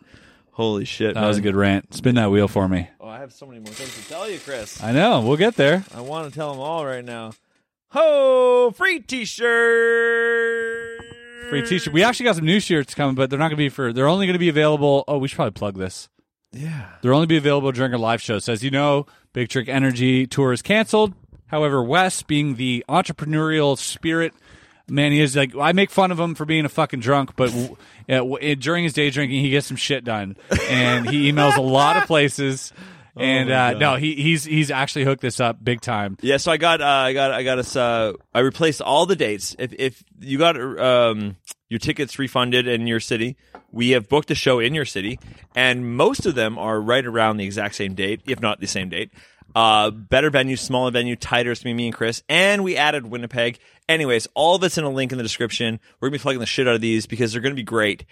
S2: Holy shit,
S1: That was a
S2: man.
S1: good rant. Spin that wheel for me.
S2: Oh, I have so many more things to tell you, Chris.
S1: I know. We'll get there.
S2: I want to tell them all right now. Ho! Free T-shirt.
S1: Free t-shirt. We actually got some new shirts coming, but they're not going to be for. They're only going to be available. Oh, we should probably plug this.
S2: Yeah.
S1: They'll only be available during a live show. So as you know, Big Trick Energy tour is canceled. However, Wes, being the entrepreneurial spirit man he is, like I make fun of him for being a fucking drunk, but w- yeah, w- during his day drinking, he gets some shit done, and he emails a lot of places.
S2: Oh
S1: And uh, no, he, he's he's actually hooked this up big time.
S2: Yeah, so I got uh, I got I got us uh, I replaced all the dates. If if you got um, your tickets refunded in your city, we have booked a show in your city, and most of them are right around the exact same date, if not the same date. Uh, better venue, smaller venue, tighter. It's gonna be me and Chris, and we added Winnipeg. Anyways, all of it's in a link in the description. We're gonna be plugging the shit out of these because they're gonna be great.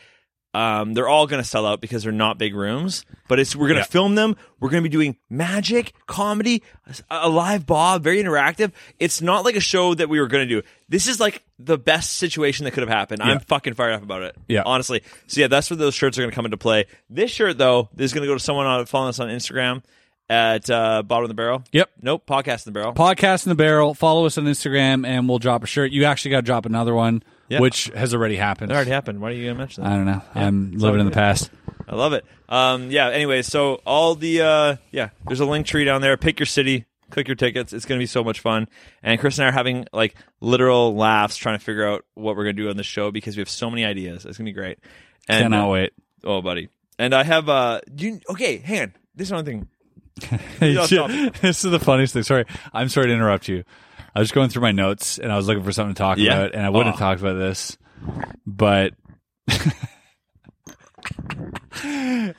S2: Um, they're all going to sell out because they're not big rooms, but it's we're going to film them. We're going to be doing magic, comedy, a a live Bob, very interactive. It's not like a show that we were going to do. This is like the best situation that could have happened. I'm fucking fired up about it.
S1: Yeah.
S2: honestly. So yeah, that's where those shirts are going to come into play. This shirt though is going to go to someone on following us on Instagram at uh, bottom of the barrel.
S1: Yep.
S2: Nope. Podcast in the barrel.
S1: Podcast in the barrel. Follow us on Instagram, and we'll drop a shirt. You actually got to drop another one,
S2: Yeah.
S1: which has already happened.
S2: that already happened. Why are you going to mention that?
S1: I don't know. I'm living in the past.
S2: I love it. Um, yeah. Anyway, so all the uh, yeah, there's a link tree down there. Pick your city, click your tickets. It's gonna be so much fun. And Chris and I are having like literal laughs trying to figure out what we're gonna do on the show because we have so many ideas. It's gonna be great. And,
S1: Cannot
S2: uh,
S1: wait.
S2: Oh, buddy. And I have uh, do you okay? Hang on. This is one thing.
S1: Hey,
S2: off
S1: Jim,
S2: topic.
S1: this is the funniest thing. Sorry, I'm sorry to interrupt you. I was going through my notes and I was looking for something to talk
S2: Yeah? Oh.
S1: about, and I wouldn't have
S2: Aw.
S1: talked about this, but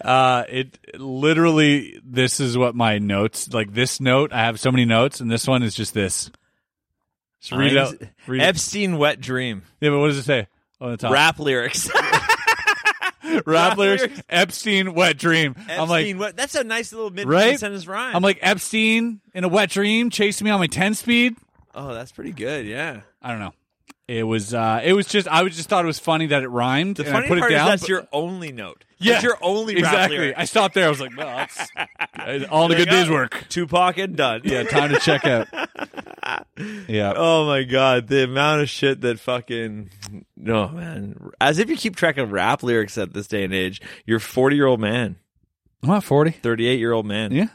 S1: uh, it literally this is what my notes like. This note, I have so many notes, and this one is just this. Just read it out. Read it. Uh,
S2: Epstein wet dream.
S1: Yeah, but what does it say on the top?
S2: Rap lyrics.
S1: Rap lyrics.
S2: lyrics.
S1: Epstein wet dream.
S2: Epstein
S1: I'm like.
S2: wet. That's a nice little mid
S1: Right?
S2: sentence rhyme.
S1: I'm like Epstein in a wet dream chasing me on my 10 speed.
S2: oh, that's pretty good. Yeah.
S1: I don't know. It was uh it was just I was just thought it was funny that it rhymed
S2: The
S1: and
S2: funny
S1: I put
S2: part
S1: it down.
S2: is that's
S1: but-
S2: your only note.
S1: yeah,
S2: That's your only rap
S1: exactly.
S2: lyric.
S1: I stopped there. I was like, well, that's all in a
S2: Like,
S1: good day's
S2: oh,
S1: work.
S2: Tupac and done.
S1: Yeah, time to check out. Yeah.
S2: Oh my god, the amount of shit that fucking no man. As if you keep track of rap lyrics at this day and age, you're forty year old man,
S1: I'm at 40.
S2: thirty eight year old man.
S1: Yeah.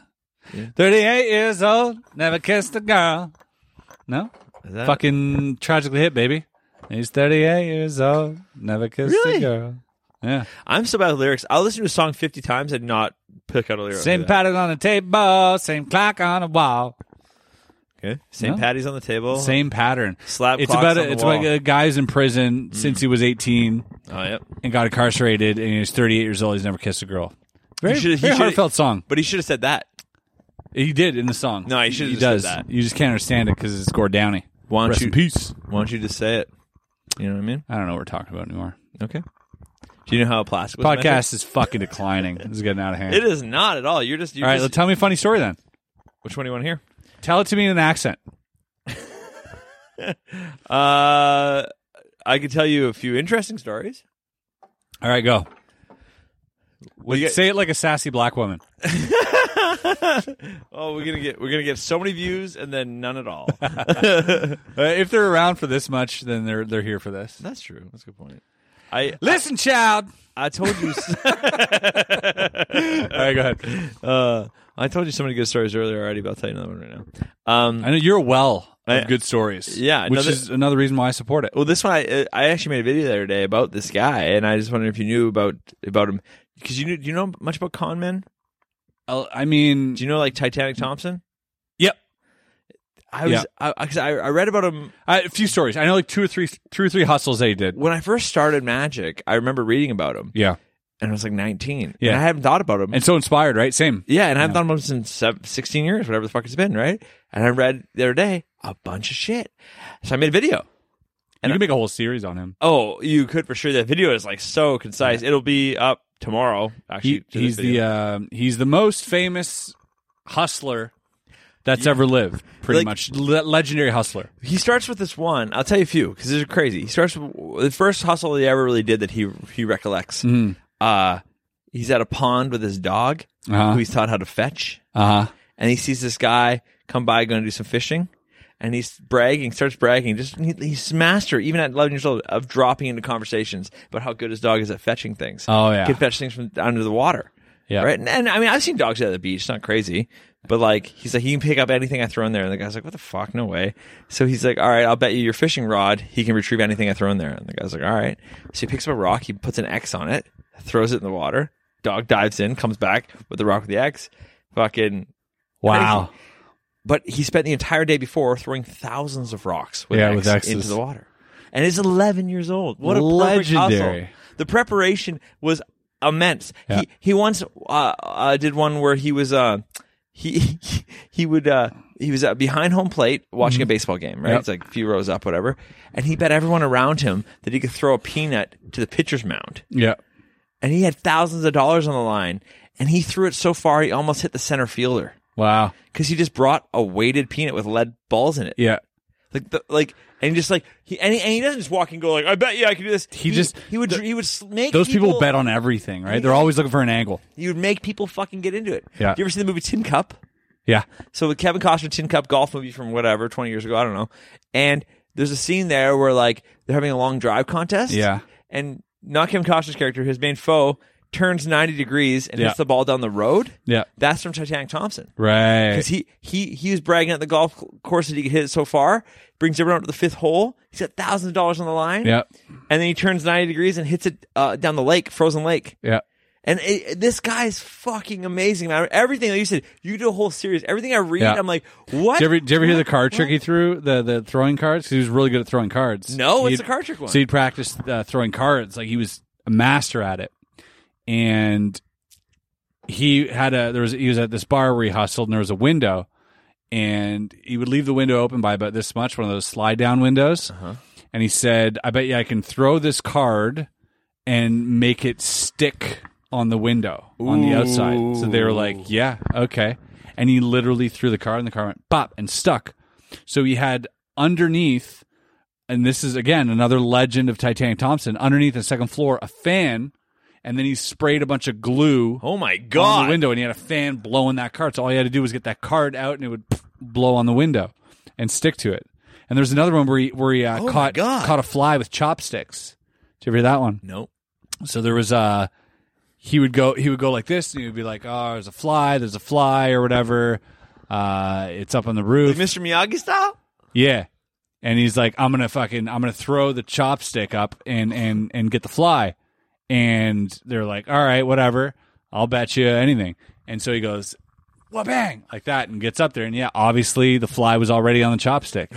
S1: 38 years old, never kissed a girl. No?
S2: Is that-
S1: Fucking tragically hit, baby. He's 38 years old, never kissed
S2: Really?
S1: a girl. Yeah.
S2: I'm so bad with lyrics. I'll listen to a song fifty times and not pick out a lyric.
S1: Same
S2: like that.
S1: pattern on the table, same clock on the wall.
S2: Okay. Same
S1: No.
S2: patties on the table.
S1: Same pattern.
S2: Slap
S1: It's
S2: clocks
S1: about
S2: on
S1: a,
S2: the
S1: it's
S2: wall. Mm.
S1: about a guy who's in prison since he was 18
S2: Oh yep.
S1: and got incarcerated, and he was 38 years old. He's never kissed a girl. Very,
S2: He should- he
S1: very
S2: should-
S1: heartfelt song.
S2: But he should have said that.
S1: He did in the song.
S2: No, he should've
S1: He
S2: just said
S1: does.
S2: that.
S1: You just can't understand it because it's Gord Downey.
S2: Why don't
S1: Rest
S2: you-
S1: in peace.
S2: Why don't you just say it? You know what I mean?
S1: I don't know what we're talking about anymore.
S2: Okay. Do you know how a plastic was measured?
S1: Podcast is fucking declining. This is getting out of hand.
S2: It is not at all. You're just. You're
S1: All right,
S2: just
S1: well, tell me a funny story then.
S2: which one do you want to hear?
S1: Tell it to me in an accent.
S2: Uh, I could tell you a few interesting stories.
S1: All right, go.
S2: Well, you got-
S1: Say it like a sassy black woman.
S2: oh, we're gonna get we're gonna get so many views and then none at all.
S1: Uh, if they're around for this much, then they're they're here for this.
S2: That's true. That's a good point. I
S1: Listen, child.
S2: I told you s-
S1: All right, go ahead.
S2: uh, I told you so many good stories earlier already, but I'll tell you another one right now. Um,
S1: I know you're a well of
S2: I-
S1: good stories.
S2: yeah,
S1: which
S2: another-
S1: is another reason why I support it.
S2: well, this one I I actually made a video the other day about this guy, and I just wondered if you knew about about him because you knew, do you know much about con men?
S1: I'll- I mean,
S2: Do you know like Titanic Thompson?
S1: yep.
S2: I was
S1: Yeah.
S2: I, I, 'cause I I read about him
S1: I, a few stories. I know like two or three, two or three hustles that he did.
S2: when I first started magic. I remember reading about him,
S1: Yeah,
S2: and I was like 19.
S1: Yeah.
S2: and I haven't thought about him.
S1: and so inspired, right? Same.
S2: Yeah, and I haven't thought about it since sev- 16 years, whatever the fuck it's been, right? And I read the other day a bunch of shit. So I made a video.
S1: you can make a whole series on him.
S2: Oh, you could for sure. That video is like so concise. It'll be up tomorrow,
S1: He,
S2: actually.
S1: he's the uh, he's the most famous hustler that's ever lived. Pretty
S2: Like-
S1: much Le- legendary hustler.
S2: he starts with this one. I'll tell you a few because these are crazy. He starts with the first hustle he ever really did that he he recollects. Uh, he's at a pond with his dog
S1: Uh-huh.
S2: who he's taught how to fetch.
S1: Uh huh.
S2: and he sees this guy come by going to do some fishing and he's bragging, starts bragging. Just he, he's master, even at 11 years old, of dropping into conversations about how good his dog is at fetching things.
S1: Oh, yeah.
S2: can fetch things from under the water.
S1: Yeah.
S2: right. And, and I mean, I've seen dogs at the beach. It's not crazy, but like he's like he can pick up anything I throw in there. And the guy's like, "What the fuck? No way!" So he's like, "All right, I'll bet you your fishing rod he can retrieve anything I throw in there." And the guy's like, "All right." So he picks up a rock, he puts an X on it, throws it in the water. Dog dives in, comes back with the rock with the X. Fucking
S1: Wow.
S2: but he spent the entire day before throwing thousands of rocks with,
S1: Yeah,
S2: X
S1: with X's.
S2: into the water. And is 11 years old. What a perfect
S1: Legendary.
S2: hustle. The preparation was immense.
S1: Yeah.
S2: He he once uh, uh, did one where he was uh he he would uh he was uh, behind home plate watching a baseball game, right?
S1: Mm-hmm. Yep.
S2: It's like a few rows up, whatever. And he bet everyone around him that he could throw a peanut to the pitcher's mound
S1: Yeah.
S2: and he had thousands of dollars on the line and he threw it so far he almost hit the center fielder
S1: Wow.
S2: because he just brought a weighted peanut with lead balls in it
S1: Yeah.
S2: like the, like and he just like he and, he and he doesn't just walk and go like i bet you i can do this
S1: He just-
S2: he would he would s- make
S1: Those people, bet on everything, right? They're always looking for an angle.
S2: he would make people fucking get into it
S1: Yeah.
S2: you ever see the movie tin cup
S1: Yeah.
S2: so with Kevin Costner Tin Cup golf movie from whatever twenty years ago, I don't know. And there's a scene there where like they're having a long drive contest.
S1: Yeah.
S2: And not Kevin Costner's character, his main foe, turns ninety degrees and
S1: Yeah.
S2: hits the ball down the road.
S1: Yeah.
S2: That's from Titanic Thompson.
S1: Right.
S2: Because he, he he was bragging at the golf course that he could hit it so far, brings everyone up to the fifth hole. He's got thousands of dollars on the line.
S1: Yep.
S2: And then he turns ninety degrees and hits it uh, down the lake, frozen lake.
S1: Yeah.
S2: And it, this guy is fucking amazing. man. Everything like you said, you do a whole series. Everything I read,
S1: Yeah.
S2: I'm like, what?
S1: Did you, ever, did you ever hear the card trick he
S2: What?
S1: threw? The the throwing cards? 'Cause He was really good at throwing cards.
S2: No, what's
S1: He'd-
S2: the card trick one?
S1: So he'd practice uh, throwing cards. Like he was a master at it. And he had a, there was, he was at this bar where he hustled and there was a window. And he would leave the window open by about this much, one of those slide down windows.
S2: Uh-huh.
S1: And he said, I bet you I can throw this card and make it stick on the window on the outside. So they were like, yeah, okay. And he literally threw the card, and the car went pop and stuck. So he had underneath, and this is again another legend of Titanic Thompson, underneath the second floor, a fan, and then he sprayed a bunch of glue
S2: Oh my
S1: on
S2: god!
S1: the window, and he had a fan blowing that card. So all he had to do was get that card out, and it would pff, blow on the window and stick to it. And there's another one where he where he uh,
S2: Oh my
S1: caught
S2: God.
S1: caught a fly with chopsticks. Did you ever hear that one?
S2: No,
S1: So there was uh he would go he would go like this and he would be like, Oh, there's a fly, there's a fly or whatever. Uh it's up on the roof.
S2: Mr. Miyagi style.
S1: Yeah. And he's like, I'm gonna fucking I'm gonna throw the chopstick up and and and get the fly. And they're like, All right, whatever. I'll bet you anything. And so he goes, Well bang like that and gets up there and yeah, obviously the fly was already on the chopstick.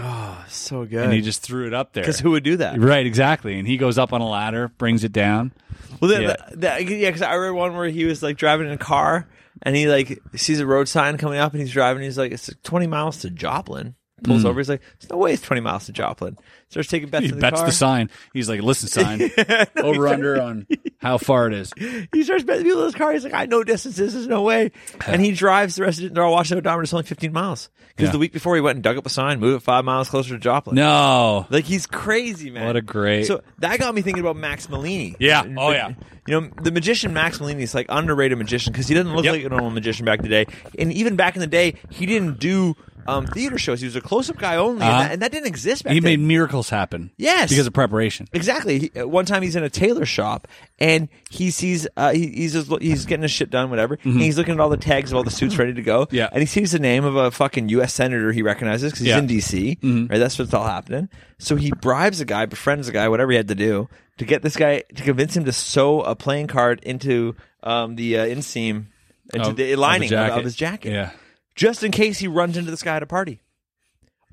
S2: So
S1: And he
S2: good.
S1: just threw it up there.
S2: Because who would do that?
S1: Right, exactly. And he goes up on a ladder, brings it down.
S2: Well, then,
S1: Yeah.
S2: that- yeah, because I read one where he was like driving in a car and he like sees a road sign coming up and he's driving. He's like, it's 20 miles to Joplin. Pulls over. He's like, there's no way it's 20 miles to Joplin. Starts taking bets
S1: Hmm. He
S2: in the
S1: bets
S2: car.
S1: the sign. He's like, listen, sign over under on how far it is.
S2: He starts betting people in his car. He's like, I know distances. There's no way. And he drives the rest of it. They're all watching the odometer. It's only 15 miles. Because
S1: Yeah.
S2: the week before he went and dug up a sign, moved it five miles closer to Joplin.
S1: No,
S2: Like he's crazy, man.
S1: What a great-
S2: So that got me thinking about Max Malini.
S1: Yeah.
S2: The-
S1: Oh, yeah.
S2: You know, the magician Max Malini is like underrated magician because he didn't look
S1: Yep.
S2: like a normal magician back in the day, and even back in the day, he didn't do um, theater shows. He was a close-up guy only,
S1: Uh-huh.
S2: and, that, and that didn't exist back
S1: he made
S2: then.
S1: miracles happen.
S2: Yes.
S1: because of preparation.
S2: Exactly. He, at one time he's in a tailor shop and he sees uh, he, he's just, lo- he's getting his shit done, whatever. And he's looking at all the tags of all the suits ready to go.
S1: Mm-hmm. Yeah.
S2: And he sees the name of a fucking U.S. senator he recognizes because he's
S1: Yeah. Mm-hmm.
S2: in D.C. Right. That's what's all happening. So he bribes a guy, befriends a guy, whatever he had to do to get this guy to convince him to sew a playing card into um, the uh, inseam into
S1: Of-
S2: the
S1: of
S2: lining of,
S1: jacket.
S2: of his jacket
S1: Yeah,
S2: just in case he runs into this guy at a party.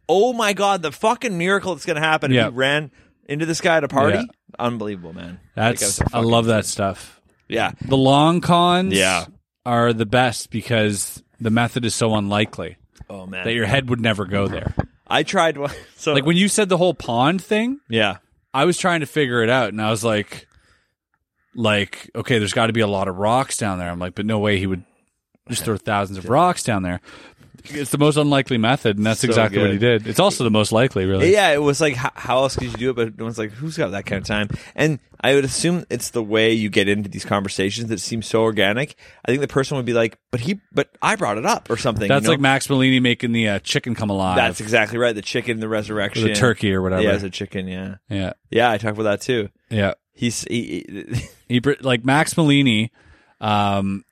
S2: Oh my god, the fucking miracle that's gonna happen
S1: Yeah.
S2: if he ran into this guy at a party.
S1: Yeah.
S2: Unbelievable, man.
S1: that's
S2: Like, that was a
S1: I
S2: fucking-
S1: love that stuff.
S2: Yeah.
S1: The long cons,
S2: Yeah.
S1: are the best because the method is so unlikely
S2: Oh man.
S1: that your head would never go there.
S2: I tried one so
S1: Like when you said the whole pond thing,
S2: Yeah.
S1: I was trying to figure it out, and I was like, like, okay, there's got to be a lot of rocks down there. I'm like, but no way he would just throw thousands of rocks down there. It's the most unlikely method, and that's
S2: So
S1: exactly what
S2: good.
S1: he did. It's also the most likely, really.
S2: Yeah, it was like how, how else could you do it? But no one's like, who's got that kind of time? And I would assume it's the way you get into these conversations that seem so organic. I think the person would be like, but he, but I brought it up or something.
S1: That's
S2: you know?
S1: like Max Bellini making the uh, chicken come alive.
S2: that's exactly right. The chicken, the resurrection,
S1: Or the turkey or whatever.
S2: Yeah, it's a chicken. Yeah,
S1: yeah,
S2: yeah. I talked about that too.
S1: yeah.
S2: He's he, he-
S1: He br- like Max Bellini. Um,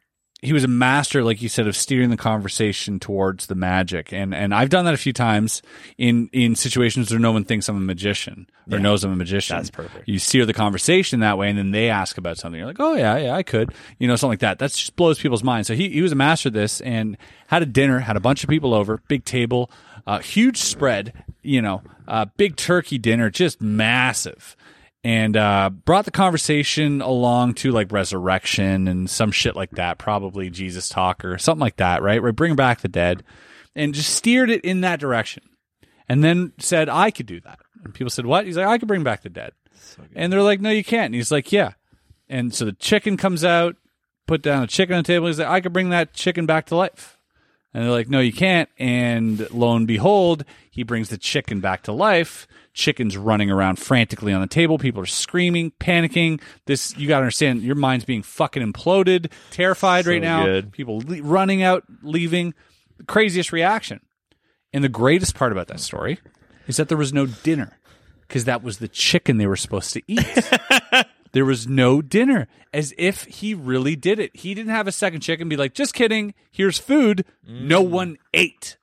S1: he was a master, like you said, of steering the conversation towards the magic, and and I've done that a few times in in situations where no one thinks I'm a magician or knows I'm a magician.
S2: That's perfect.
S1: You steer the conversation that way, and then they ask about something. You're like, oh yeah, yeah, I could, you know, something like that. That just blows people's minds. So he he was a master of this, and had a dinner, had a bunch of people over, big table, uh, huge spread, you know, uh, big turkey dinner, just massive and uh, brought the conversation along to like resurrection and some shit like that, probably Jesus talk or something like that, right? Right, bring back the dead, and just steered it in that direction, and then said, "I could do that." And people said, "What?" He's like, "I could bring back the dead," and they're like, "No, you can't." And he's like, "Yeah," and so the chicken comes out, put down a chicken on the table. He's like, "I could bring that chicken back to life." And they're like, no, you can't. And lo and behold, he brings the chicken back to life. Chicken's running around frantically on the table. People are screaming, panicking. This, you got to understand, your mind's being fucking imploded, terrified right now.
S2: good.
S1: People le- running out, leaving. The craziest reaction. And the greatest part about that story is that there was no dinner because that was the chicken they were supposed to eat. there was no dinner as if he really did it. He didn't have a second chicken be like, just kidding, here's food. No
S2: Mm.
S1: one ate.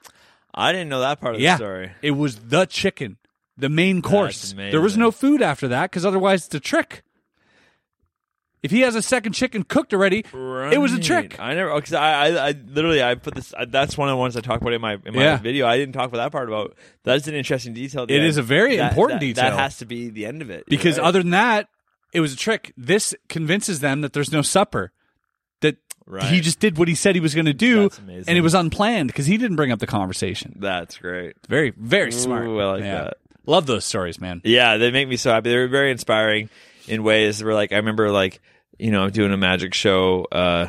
S2: I didn't know that part of
S1: Yeah.
S2: the story.
S1: It was the chicken, the main course.
S2: amazing.
S1: There was no food after that because otherwise it's a trick. If he has a second chicken cooked already, it was a
S2: Right.
S1: trick.
S2: I never because I, I I literally I put this. I, that's one of the ones I talked about in my in my
S1: Yeah.
S2: video. I didn't talk about that part about. That's an interesting detail. at the
S1: It
S2: end.
S1: is a very
S2: That-
S1: important
S2: that-
S1: detail.
S2: That has to be the end of it You're
S1: Because
S2: right.
S1: other than that, it was a trick. This convinces them that there's no supper. That
S2: Right.
S1: he just did what he said he was going to do,
S2: That's amazing.
S1: and it was unplanned because he didn't bring up the conversation.
S2: that's great.
S1: Very, very smart.
S2: Ooh, I like
S1: Yeah.
S2: that.
S1: Love those stories, man.
S2: Yeah, they make me so happy. They're very inspiring in ways where, like, I remember, like, you know, I'm doing a magic show. Uh,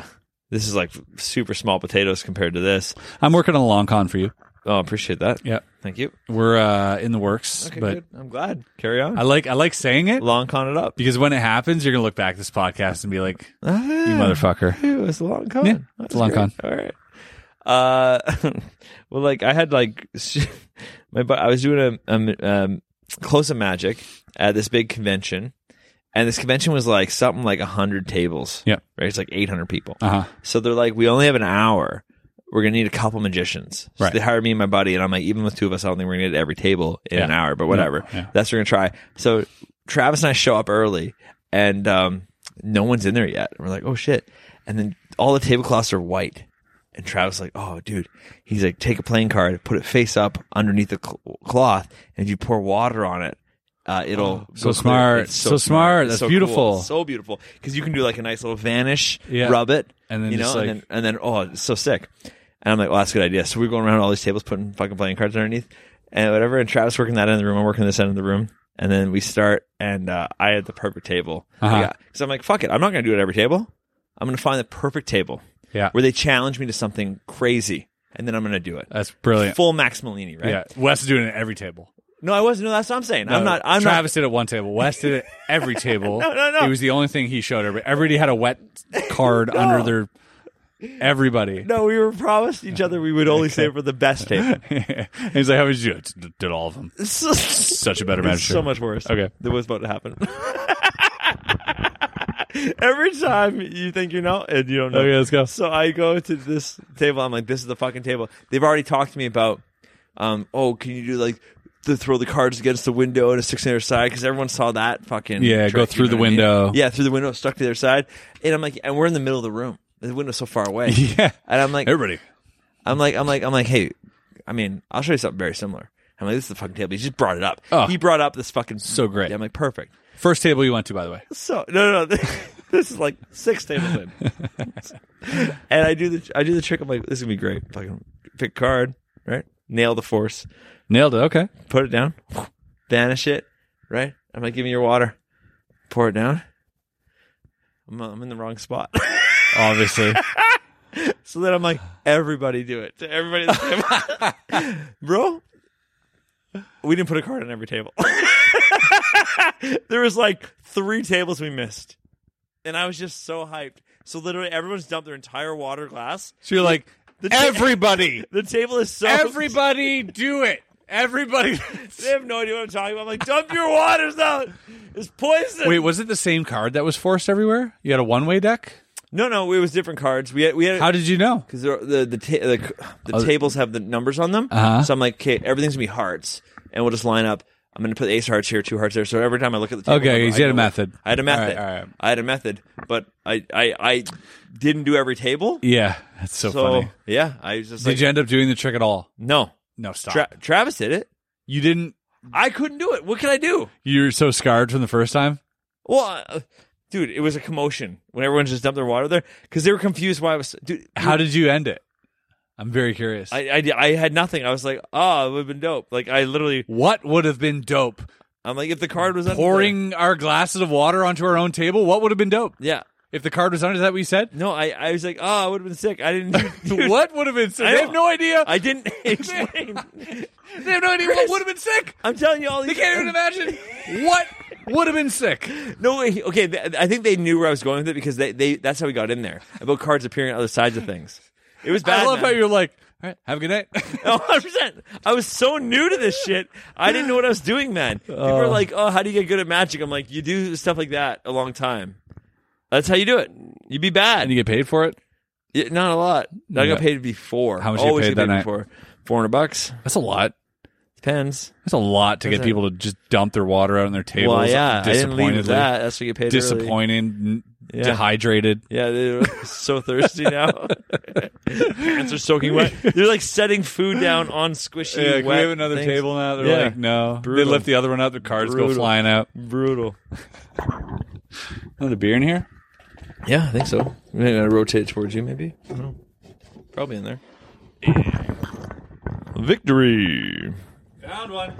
S2: this is like super small potatoes compared to this.
S1: I'm working on a long con for you.
S2: Oh, appreciate that.
S1: Yeah,
S2: Thank you.
S1: we're uh, in the works,
S2: Okay,
S1: but
S2: good. I'm glad. Carry on.
S1: I like I like saying it
S2: long con it up.
S1: because when it happens, you're gonna look back at this podcast and be like,
S2: Eh.
S1: "You motherfucker."
S2: It was a long con.
S1: Yeah, it's
S2: That's
S1: a long
S2: great. All right. Uh, well, like I had like my bu- I was doing a um, um close of magic at this big convention, and this convention was like something like hundred tables.
S1: Yeah.
S2: right. It's like eight hundred people.
S1: Uh huh.
S2: So they're like, we only have an hour. We're gonna need a couple magicians. So
S1: Right.
S2: they hired me and my buddy, and I'm like, even with two of us, I don't think we're gonna get every table in
S1: Yeah.
S2: an hour, but whatever.
S1: yeah.
S2: That's what we're gonna try. So Travis and I show up early, and um, no one's in there yet. And we're like, oh shit! And then all the tablecloths are white, and Travis is like, oh dude, he's like, take a playing card, put it face up underneath the cl- cloth, and if you pour water on it. Uh,
S1: Oh,
S2: it'll
S1: So
S2: go clear.
S1: smart.
S2: It's
S1: So smart.
S2: It's
S1: That's
S2: so cool.
S1: beautiful.
S2: It's so beautiful because you can do like a nice little vanish,
S1: Yeah.
S2: rub it,
S1: And then
S2: you know,
S1: just,
S2: and
S1: like-
S2: then and then oh, it's so sick. And I'm like, well, that's a good idea. So we're going around all these tables, putting fucking playing cards underneath and whatever. And Travis working that end of the room, I'm working this end of the room. And then we start, and uh, I had the perfect table.
S1: Uh-huh.
S2: Yeah. So I'm like, fuck it, I'm not gonna do it at every table. I'm gonna find the perfect table
S1: Yeah,
S2: where they challenge me to something crazy, and then I'm gonna do it.
S1: that's brilliant.
S2: Full Max Malini, right?
S1: Yeah, Wes is doing it at every table.
S2: No, I wasn't. No, that's what I'm saying. I'm
S1: No,
S2: not. I'm not.
S1: Travis did it one table. Wes did it every table.
S2: No, no, no.
S1: It was the only thing he showed. Everybody, everybody had a wet card under their. Everybody.
S2: No, we were promised each other we would only save for the best table.
S1: He's like, "How did you do? it?" Did all of them? Such a better
S2: It's
S1: manager.
S2: so much worse.
S1: Okay.
S2: than what's about to happen. Every time you think you know and you don't know.
S1: Okay, let's go.
S2: So I go to this table. I'm like, this is the fucking table. They've already talked to me about, um, oh, can you do like the throw the cards against the window and a six on their side because everyone saw that fucking
S1: Yeah,
S2: trick,
S1: go
S2: you
S1: through
S2: know
S1: the
S2: what I mean?
S1: window.
S2: Yeah, through the window, stuck to their side. And I'm like, and we're in the middle of the room. The window's so far away.
S1: Yeah.
S2: And I'm like,
S1: Everybody.
S2: I'm like, I'm like, I'm like, hey, I mean, I'll show you something very similar. I'm like, this is the fucking table. He just brought it up.
S1: Oh.
S2: he brought up this fucking
S1: So great.
S2: I'm like, perfect.
S1: First table you went to, by the way.
S2: So no, no, no this is like six tables in, and I do the I do the trick. I'm like, this is gonna be great. Fucking pick card, right? Nail the force,
S1: Nailed it. Okay.
S2: put it down, vanish it, right? I'm like, give me your water, pour it down. I'm, I'm in the wrong spot.
S1: Obviously.
S2: So then I'm like, everybody do it to everybody at the table. Bro, we didn't put a card on every table. there was like three tables we missed. And I was just so hyped. So literally everyone's dumped their entire water glass.
S1: So you're like, everybody,
S2: The table is so
S1: everybody, do it. Everybody.
S2: They have no idea what I'm talking about. I'm like, dump your waters out. It's poison.
S1: Wait, was it the same card that was forced everywhere? You had a one way deck.
S2: no, no, it was different cards. We had, we had
S1: How did you know?
S2: because the the ta- the, the tables have the numbers on them.
S1: Oh, Uh-huh.
S2: So I'm like, okay, everything's gonna be hearts, and we'll just line up. I'm gonna put ace hearts here, two hearts there. So every time I look at the table,
S1: Okay,
S2: I'm
S1: you
S2: like,
S1: had
S2: I
S1: a
S2: know-
S1: method.
S2: I had a
S1: All right,
S2: method.
S1: all right.
S2: I had a method, but I I, I didn't do every table.
S1: Yeah, that's so, funny.
S2: yeah, I was just
S1: Did
S2: like,
S1: you end up doing the trick at all?
S2: no.
S1: No, stop.
S2: Tra- Travis did it.
S1: you didn't.
S2: I couldn't do it. What can I do?
S1: You were so scarred from the first time.
S2: Well, uh, dude, it was a commotion when everyone just dumped their water there because they were confused why I was. Dude,
S1: How did you end it? I'm very curious.
S2: Mm. I, I I had nothing. I was like, oh, it would have been dope. Like I literally,
S1: what would have been dope?
S2: I'm like, if the card was under there-
S1: Pouring our glasses of water onto our own table. What would have been dope?
S2: Yeah.
S1: If the card was under, is that what you said?
S2: No, I, I was like, oh, I would have been sick. I didn't. Dude,
S1: what would have been sick?
S2: I
S1: They have
S2: know.
S1: no idea.
S2: I didn't explain.
S1: they have no idea what
S2: Chris.
S1: would have been sick.
S2: I'm telling you all.
S1: They can't even imagine what would have been sick.
S2: No way. Okay, th- I think they knew where I was going with it because they, they that's how we got in there about cards appearing on other sides of things. It was bad.
S1: I love
S2: man.
S1: how you're like, all right, have a good night.
S2: 100%. I was so new to this shit. I didn't know what I was doing, man. People are like, oh, how do you get good at magic? I'm like, you do stuff like that a long time. That's how you do it. You be bad.
S1: and you get paid for it.
S2: Yeah, not a lot. I
S1: Yeah.
S2: got paid before.
S1: How much you
S2: Always
S1: paid that night?
S2: Before. 400 bucks.
S1: That's a lot.
S2: Depends.
S1: That's a lot to get
S2: that?
S1: people to just dump their water out on their tables.
S2: Well, yeah. I didn't leave with
S1: disappointedly-
S2: that. That's what you get paid early.
S1: Disappointing, n-
S2: Yeah.
S1: dehydrated.
S2: Yeah, they're so thirsty now. Pants are soaking wet. They're like setting food down on squishy.
S1: Yeah, can we
S2: wet
S1: have another
S2: things.
S1: table now? They're
S2: Yeah.
S1: like, no. They
S2: Brutal.
S1: lift the other one up. The cards go
S2: Brutal.
S1: flying out.
S2: Brutal.
S1: Another beer in here?
S2: Yeah, I think so. Maybe I rotate towards you, maybe. I don't know. Probably in there. Victory.
S1: Found one.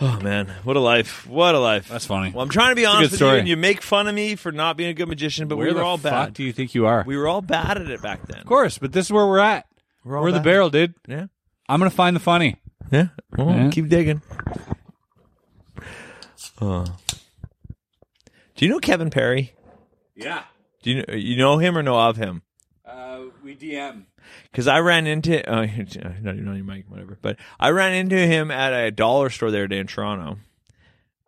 S2: Oh man, what a life! What a life!
S1: That's funny.
S2: Well, I'm trying to be
S1: good
S2: honest with
S1: story.
S2: you, and you make fun of me for not being a good magician, but
S1: Where
S2: we
S1: the
S2: were all
S1: fuck
S2: bad.
S1: do you think you are?
S2: We were all bad at it back then.
S1: of course, but this is where we're at.
S2: We're
S1: We're,
S2: all
S1: the
S2: bad.
S1: barrel, dude.
S2: Yeah.
S1: I'm going to find the funny.
S2: Yeah. Well,
S1: Yeah.
S2: keep digging. Uh, do you know Kevin Perry?
S1: Yeah.
S2: Do you you know him or know of him?
S1: Uh, we DM.
S2: Because I ran into uh, not even on your mic, whatever. But I ran into him at a dollar store the other day in Toronto.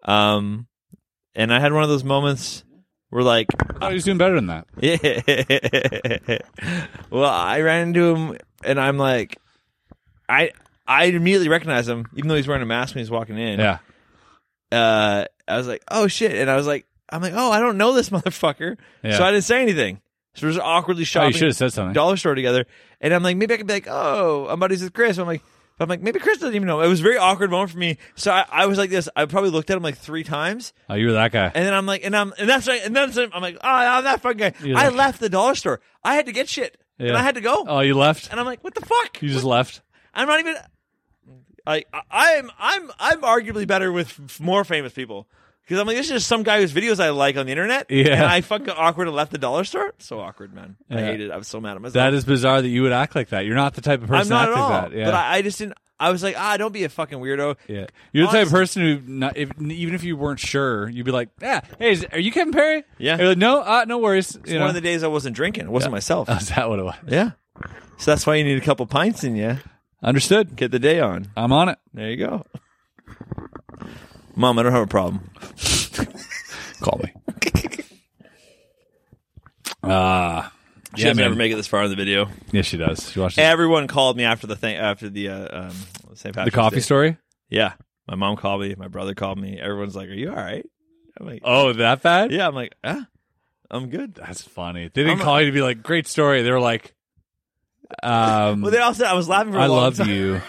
S2: Um, and I had one of those moments where like
S1: I thought he was doing better than that.
S2: well, I ran into him and I'm like, I I immediately recognized him, even though he's wearing a mask when he's walking in.
S1: Yeah.
S2: Uh, I was like, oh shit, and I was like, I'm like, oh, I don't know this motherfucker,
S1: Yeah.
S2: so I didn't say anything. So we're just
S1: Oh,
S2: awkwardly
S1: you
S2: shopping
S1: should have said something.
S2: dollar store together, and I'm like, maybe I could be like, oh, I'm buddies with Chris. I'm like. I'm like, maybe Chris doesn't even know. It was a very awkward moment for me. So I, I was like this. I probably looked at him like three times,
S1: Oh, you were that guy.
S2: and then I'm like, and I'm, and that's right, and then I'm like, oh, I'm that fucking guy.
S1: You're
S2: I
S1: like-
S2: left the dollar store. I had to get shit, and
S1: Yeah.
S2: I had to go.
S1: Oh, you left?
S2: and I'm like, what the fuck?
S1: You just left?
S2: I'm not even. Like, I, I'm, I'm, I'm arguably better with f- more famous people because I'm like, this is just some guy whose videos I like on the internet.
S1: Yeah.
S2: and I fucking awkward and left the dollar store. So awkward, man. I
S1: Yeah.
S2: hate it. I'm so mad at myself.
S1: That is bizarre that you would act like that. You're not the type of person
S2: I'm not
S1: to
S2: at
S1: act
S2: all.
S1: like that. Yeah.
S2: But I, I just didn't. I was like, ah, don't be a fucking weirdo.
S1: yeah. You're the type of
S2: Honestly-
S1: person who, not, if, even if you weren't sure, you'd be like, "Yeah, hey, is, are you Kevin Perry?"
S2: Yeah.
S1: You're like, no, uh, no worries.
S2: It's one of the days I wasn't drinking. It wasn't myself.
S1: Is that what it was?
S2: yeah. So that's why you need a couple pints in you.
S1: Understood.
S2: Get the day on.
S1: I'm on it.
S2: There you go. Mom, I don't have a problem.
S1: Call me. Ah, uh,
S2: She doesn't ever make it this far in the video.
S1: Yes, she does. She watches
S2: Everyone called me after the thing after the uh, um,
S1: the
S2: St. Patrick's
S1: coffee
S2: Day.
S1: story.
S2: Yeah, my mom called me. My brother called me. Everyone's like, "Are you all right?" I'm like,
S1: Oh, that bad?
S2: "Yeah." I'm like, "Ah, I'm good."
S1: That's funny. They didn't
S2: I'm-
S1: call you to be like, "Great story." They were like, um,
S2: Well, they all said I was laughing for. a
S1: "I
S2: long
S1: love
S2: time.
S1: you."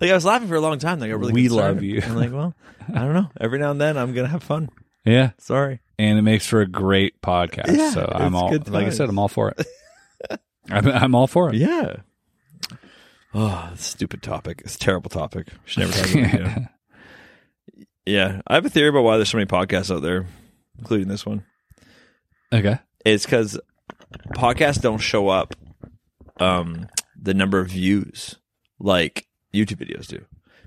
S2: Like I was laughing for a long time. Like I really
S1: We
S2: concerned.
S1: love you.
S2: I'm like, well, I don't know. Every now and then, I'm gonna have fun.
S1: Yeah,
S2: Sorry.
S1: and it makes for a great podcast.
S2: Yeah,
S1: so I'm
S2: it's
S1: all
S2: good
S1: like I said,
S2: times.
S1: I'm all for it. I'm, I'm all for it.
S2: Yeah. Oh, stupid topic. It's a terrible topic. We should never talk about it again. Yeah. I have a theory about why there's so many podcasts out there, including this one.
S1: Okay.
S2: It's because podcasts don't show up um, the number of views like YouTube videos do.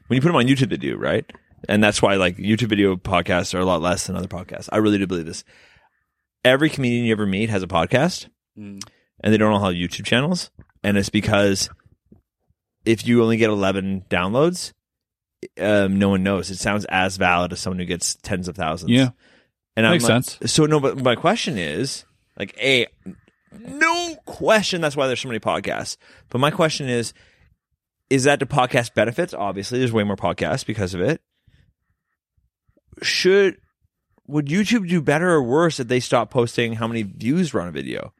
S2: When you put them on YouTube, they do right, and that's why like YouTube video podcasts are a lot less than other podcasts. I really do believe this. Every comedian you ever meet has a podcast, and they don't all have YouTube channels, and it's because if you only get eleven downloads, um, no one knows. It sounds as valid as someone who gets tens of thousands.
S1: Yeah.
S2: and
S1: Makes
S2: I'm like,
S1: sense.
S2: So no, but my question is like a no question. That's why there's so many podcasts. But my question is, is that to podcast benefits? Obviously, there's way more podcasts because of it. Should would YouTube do better or worse if they stopped posting how many views were on a video?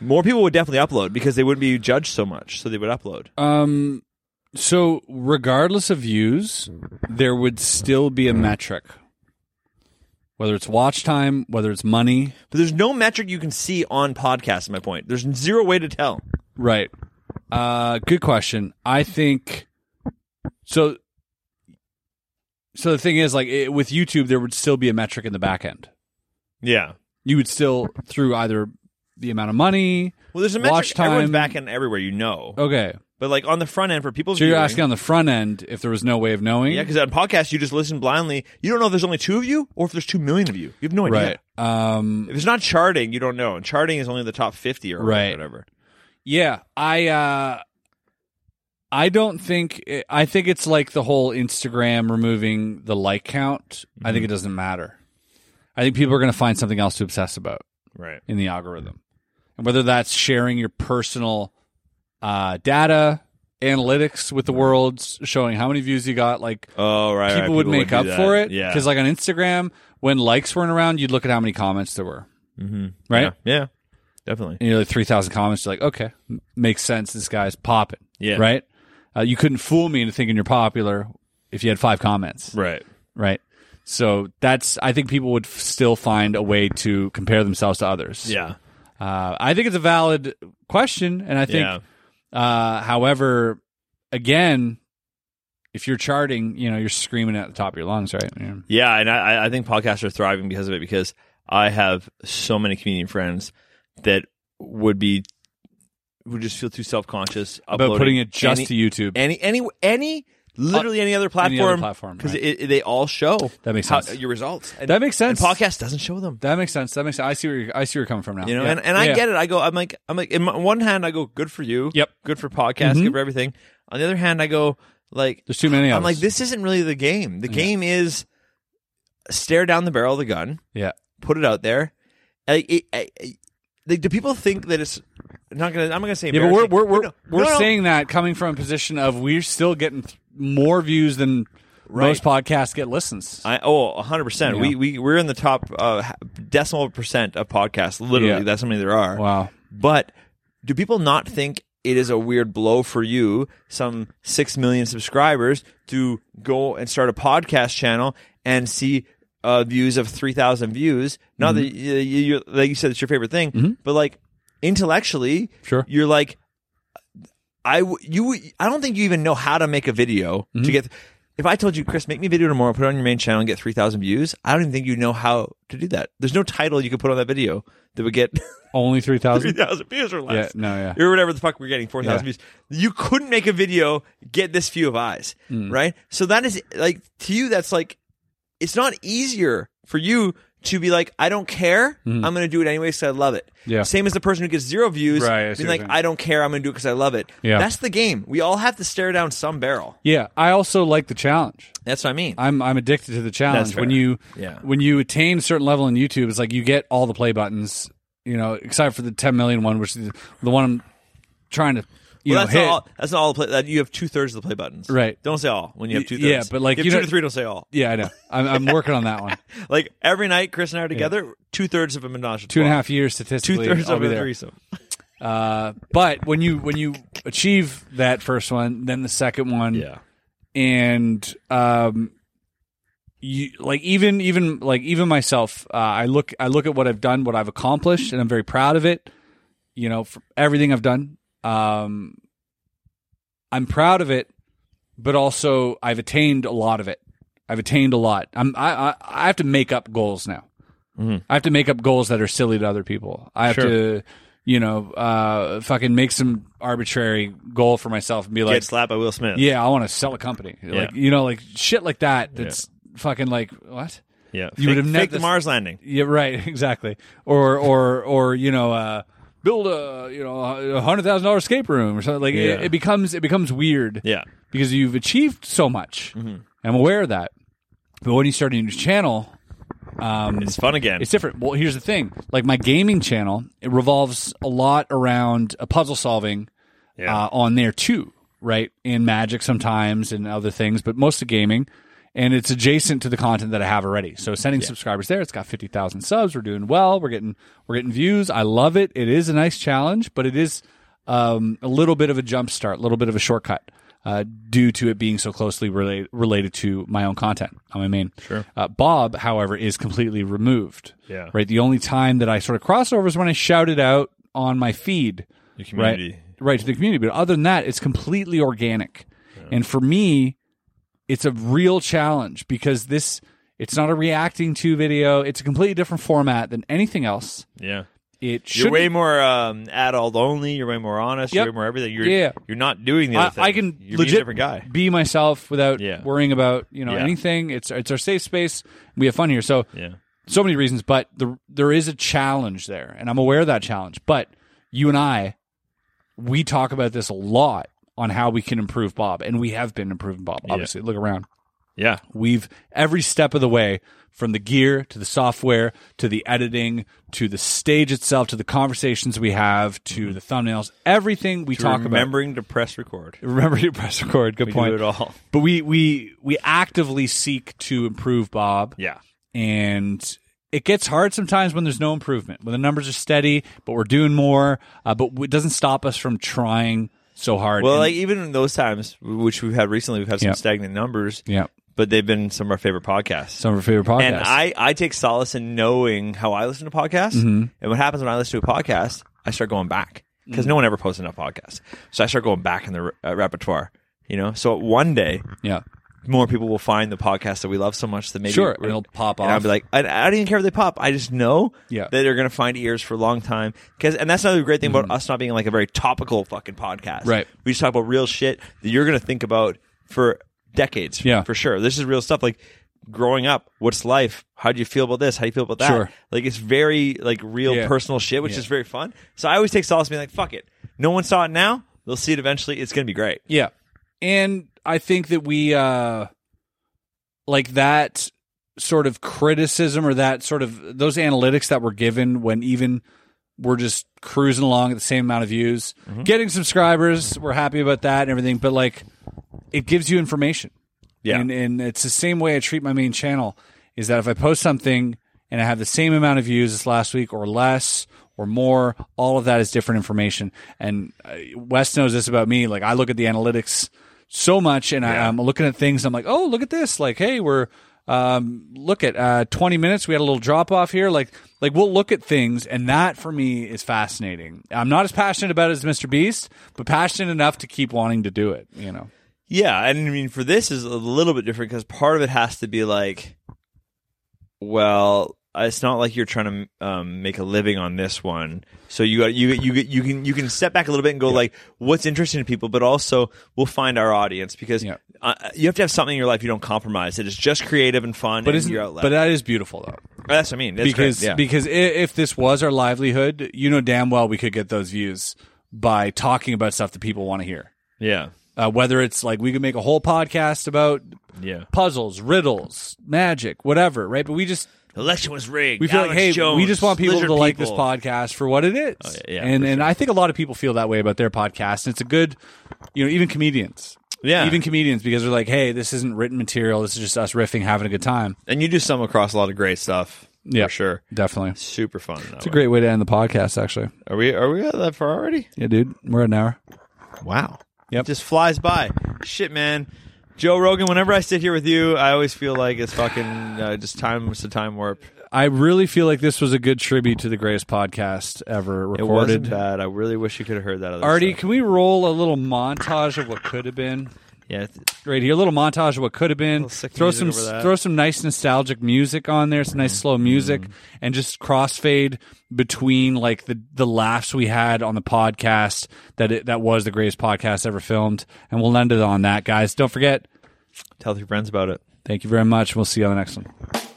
S2: More people would definitely upload because they wouldn't be judged so much, so they would upload.
S1: Um, so regardless of views, there would still be a metric, whether it's watch time, whether it's money,
S2: But there's no metric you can see on podcasts. is My point. There's zero way to tell.
S1: right? Uh, good question. I think so. So the thing is, like it, with YouTube, there would still be a metric in the back end.
S2: Yeah.
S1: You would still through either the amount of money.
S2: Well, there's a metric.
S1: Watch time.
S2: Everyone's back end everywhere. You know.
S1: Okay,
S2: But like on the front end for people.
S1: so you're
S2: viewing-
S1: asking on the front end if there was no way of knowing.
S2: Yeah, because on podcasts you just listen blindly. You don't know if there's only two of you or if there's two million of you. You have no idea.
S1: right. Um,
S2: If it's not charting, you don't know. And charting is only the top fifty or
S1: Right.
S2: whatever.
S1: Yeah, I uh I don't think I think it's like the whole Instagram removing the like count. I think it doesn't matter. I think people are going to find something else to obsess about
S2: Right.
S1: in the algorithm. And whether that's sharing your personal uh data, analytics with the world, s- showing how many views you got, like
S2: Oh right. right.
S1: people would make
S2: do
S1: up
S2: that.
S1: for it
S2: Yeah.
S1: cuz like on Instagram when likes weren't around, you'd look at how many comments there were. Mm-hmm. Right?
S2: yeah. yeah. Definitely.
S1: and you're like 3,000 comments, you're like, okay, m- makes sense. This guy's popping.
S2: Yeah.
S1: Right? Uh, you couldn't fool me into thinking you're popular if you had five comments.
S2: Right.
S1: Right. So that's, I think people would f- still find a way to compare themselves to others.
S2: Yeah.
S1: Uh, I think it's a valid question. And I think,
S2: yeah.
S1: uh, however, again, if you're charting, you know, you're screaming at the top of your lungs, right? Yeah.
S2: Yeah, and I, I- I think podcasts are thriving because of it. Because I have so many comedian friends that would be would just feel too self conscious
S1: About putting it just
S2: any,
S1: to YouTube.
S2: Any any any literally any other platform
S1: other platform,
S2: because
S1: right.
S2: they all show
S1: That makes
S2: how-
S1: sense.
S2: your results. And,
S1: That makes
S2: and
S1: sense.
S2: podcast doesn't show them.
S1: That makes sense. That makes sense. I see where you're, I see where you're coming from now.
S2: You know,
S1: Yeah.
S2: and, and I
S1: Yeah.
S2: get it. I go, I'm like, I'm like, in my, one hand, I go, good for you.
S1: Yep. Mm-hmm.
S2: Good for podcasts. Good for everything. On the other hand, I go, like,
S1: There's too many of
S2: I'm like,
S1: us.
S2: this isn't really the game. The game is stare down the barrel of the gun,
S1: Yeah.
S2: put it out there. Like, it, I, I- like, do people think that it's I'm not gonna? I'm not gonna say.
S1: Yeah, but we're
S2: embarrassing,
S1: we're we're,
S2: no,
S1: we're
S2: no, no.
S1: saying that coming from a position of we're still getting th- more views than most podcasts get listens.
S2: I, oh, 100%. We,
S1: Yeah.
S2: we, we're in the top uh, ha- decimal percent of podcasts. Literally,
S1: Yeah.
S2: that's how many there are.
S1: wow.
S2: But do people not think it is a weird blow for you, some 6 million subscribers, to go and start a podcast channel and see uh, views of 3,000 views? Not that you, you, you, like you said, it's your favorite thing, but like intellectually,
S1: Sure.
S2: you're like, I w- you w- I don't think you even know how to make a video to get. If I told you, Chris, make me a video tomorrow, put it on your main channel and get three thousand views, I don't even think you know how to do that. There's no title you could put on that video that would get
S1: Only three
S2: three
S1: thousand.
S2: thousand views or
S1: Yeah.
S2: less.
S1: No. Yeah.
S2: Or whatever the fuck we're getting, 4,000
S1: Yeah.
S2: views. You couldn't make a video get this few of eyes,
S1: Mm.
S2: right? So that is like, to you, that's like, it's not easier for you to be like, I don't care. I'm going to do it anyways because I love it.
S1: Mm. Yeah.
S2: Same as the person who gets zero views,
S1: Right, I see
S2: being
S1: what
S2: like,
S1: you're saying.
S2: I don't care. I'm going to do it because I love it.
S1: Yeah.
S2: That's the game. We all have to stare down some barrel.
S1: Yeah. I also like the challenge.
S2: That's what I mean.
S1: I'm I'm addicted to the challenge.
S2: fair.
S1: When you
S2: Yeah.
S1: when you attain a certain level in YouTube, it's like you get all the play buttons. You know, except for the 10 million one, which is the one I'm trying to you
S2: Well,
S1: know
S2: that's,
S1: hit.
S2: not all, that's not all the play. That you have two thirds of the play buttons.
S1: Right.
S2: Don't say all when you have two
S1: Y-
S2: thirds.
S1: yeah, but, like,
S2: you
S1: you
S2: have two
S1: know-
S2: to three, don't say all.
S1: Yeah, I know. I'm, I'm working on that one.
S2: Like every night, Chris and I are together, two thirds of a menage.
S1: Two and a half years statistically.
S2: Two thirds
S1: I'll
S2: of
S1: be
S2: a
S1: there.
S2: threesome.
S1: Uh, but when you when you achieve that first one, then the second one,
S2: Yeah.
S1: and um, you like even even like even myself, uh, I look I look at what I've done, what I've accomplished, and I'm very proud of it. You know, for everything I've done, um, I'm proud of it, but also I've attained a lot of it. I've attained a lot. I'm I I, I have to make up goals now. I have to make up goals that are silly to other people. I have
S2: Mm-hmm. Sure.
S1: to you know, uh, fucking make some arbitrary goal for myself and be like,
S2: Get slapped by Will Smith.
S1: yeah, I want to sell a company. Like, you know, like shit like that. That's fucking like what?
S2: yeah.
S1: You would
S2: Fake-
S1: have never-
S2: fake the Mars landing.
S1: Yeah, right. Exactly. Or or or you know, uh, build a you know a hundred thousand dollar escape room or something. Like
S2: Yeah.
S1: it, it becomes it becomes weird.
S2: Yeah. Mm-hmm.
S1: because you've achieved so much. I'm aware of that. But when you start a new channel, um,
S2: It's fun again.
S1: it's different. Well, here's the thing: like my gaming channel, it revolves a lot around uh, puzzle solving
S2: Yeah.
S1: uh, on there too, right? In Magic sometimes and other things, but mostly gaming. And it's adjacent to the content that I have already. So sending subscribers there, it's got fifty thousand subs. We're doing well. We're getting we're getting views. I love it. It is a nice challenge, but it is um, a little bit of a jump start, a little bit of a shortcut. Uh, due to it being so closely relate, related to my own content on my main. Sure. Uh, Bob, however, is completely removed.
S2: Yeah.
S1: Right. The only time that I sort of cross over is when I shout it out on my feed
S2: Your community.
S1: right, right to the community. But other than that, it's completely organic. And for me, it's a real challenge because this it's not a reacting to video. It's a completely different format than anything else.
S2: Yeah.
S1: It should
S2: You're way more um, adult only. You're way more honest.
S1: Yep.
S2: You're way more everything. You're,
S1: Yeah.
S2: You're not doing the other
S1: I,
S2: thing.
S1: I can
S2: You're being
S1: legit
S2: a different guy.
S1: be myself without
S2: Yeah.
S1: worrying about you know
S2: Yeah.
S1: anything. It's it's our safe space. We have fun here. So
S2: Yeah.
S1: so many reasons, but the, there is a challenge there, and I'm aware of that challenge. But you and I, we talk about this a lot on how we can improve Bob, and we have been improving Bob. Obviously, look around.
S2: Yeah.
S1: We've every step of the way from the gear to the software to the editing to the stage itself to the conversations we have to the thumbnails, everything we talk about.
S2: Remembering Mm-hmm. to press record.
S1: Remember to press record. Good
S2: We
S1: point.
S2: do it all.
S1: But we we we actively seek to improve Bob
S2: Yeah.
S1: and it gets hard sometimes when there's no improvement when the numbers are steady but we're doing more uh, but it doesn't stop us from trying so hard
S2: Well,
S1: And-
S2: like even in those times, which we've had recently, we've had some
S1: Yeah.
S2: stagnant numbers.
S1: yeah
S2: But they've been some of our favorite podcasts.
S1: some of our favorite podcasts
S2: And I, I take solace in knowing how I listen to podcasts. And what happens when I listen to a podcast, I start going back because no one ever posts enough podcasts. So I start going back in the re- uh, repertoire, you know? So one day,
S1: yeah
S2: more people will find the podcast that we love so much that maybe
S1: Sure,
S2: we're-
S1: it'll pop
S2: and I'll
S1: off.
S2: be like, I, I don't even care if they pop. I just know
S1: Yeah.
S2: that they're going to find ears for a long time. Because and that's another great thing about us not being like a very topical fucking podcast.
S1: Mm-hmm. Right.
S2: We just talk about real shit that you're going to think about for decades.
S1: Yeah.
S2: for sure. This is real stuff. Like growing up, what's life? How do you feel about this? How do you feel about that?
S1: Sure.
S2: Like it's very like real
S1: Yeah.
S2: personal shit, which
S1: Yeah.
S2: is very fun. So I always take solace in being like, fuck it. No one saw it now. They'll see it eventually. It's going to be great.
S1: yeah and i think that we uh like that sort of criticism or that sort of those analytics that were given when even we're just cruising along at the same amount of views
S2: Mm-hmm.
S1: getting subscribers we're happy about that and everything but like it gives you information
S2: Yeah.
S1: And, and it's the same way I treat my main channel is that if I post something and I have the same amount of views as last week or less or more, all of that is different information. And uh, Wes knows this about me. Like I look at the analytics so much and I, I'm looking at things. I'm like, oh, look at this. Like, hey, we're, um, look at uh, 20 minutes. We had a little drop off here. Like, like we'll look at things, and that for me is fascinating. I'm not as passionate about it as Mr. Beast, but passionate enough to keep wanting to do it. You know,
S2: Yeah, and I mean, for this is a little bit different because part of it has to be like, well, it's not like you're trying to um, make a living on this one, so you got you you you can you can step back a little bit and go like, what's interesting to people, but also we'll find our audience because
S1: Yeah.
S2: uh, you have to have something in your life you don't compromise. It is just creative and fun,
S1: but
S2: and
S1: isn't
S2: your outlet.
S1: but that is beautiful though.
S2: that's what I mean. That's
S1: because
S2: great, yeah.
S1: because i- if this was our livelihood, you know damn well we could get those views by talking about stuff that people want to hear.
S2: yeah,
S1: Uh, whether it's like we could make a whole podcast about
S2: yeah.
S1: puzzles, riddles, magic, whatever, right? But we just
S2: Election was rigged.
S1: we feel
S2: Alex
S1: like hey,
S2: Jones,
S1: we just want people
S2: lizard
S1: to like this
S2: people. Oh,
S1: podcast for what it is.
S2: yeah, yeah,
S1: and
S2: for
S1: and I think a lot of people feel that way about their podcast. And it's a good, you know, even comedians.
S2: Yeah.
S1: Even comedians because they're like, "Hey, this isn't written material. This is just us riffing, having a good time."
S2: and you do some across a lot of great stuff.
S1: Yeah.
S2: for sure.
S1: Definitely. It's
S2: Super fun. It's
S1: a great way to end the podcast actually.
S2: Are we are we at that far already?
S1: Yeah, dude. We're at an hour.
S2: Wow.
S1: Yep.
S2: Just flies by. Shit, man. Joe Rogan, whenever I sit here with you, I always feel like it's fucking uh, just time. It's a time warp.
S1: I really feel like this was a good tribute to the greatest podcast ever
S2: It wasn't
S1: recorded.
S2: bad. I really wish you could have heard that. Other
S1: Artie,
S2: stuff.
S1: can we roll a little montage of what could have been?
S2: Yeah, it's-
S1: right here. A little montage of what could have been.
S2: sick
S1: Throw some
S2: music over that. Mm-hmm.
S1: throw some nice nostalgic music on there, some nice slow music, and just crossfade between like the the laughs we had on the podcast that it, that was the greatest podcast ever filmed. And we'll end it on that, guys. Don't forget.
S2: tell your friends about it.
S1: Thank you very much. We'll see you on the next one.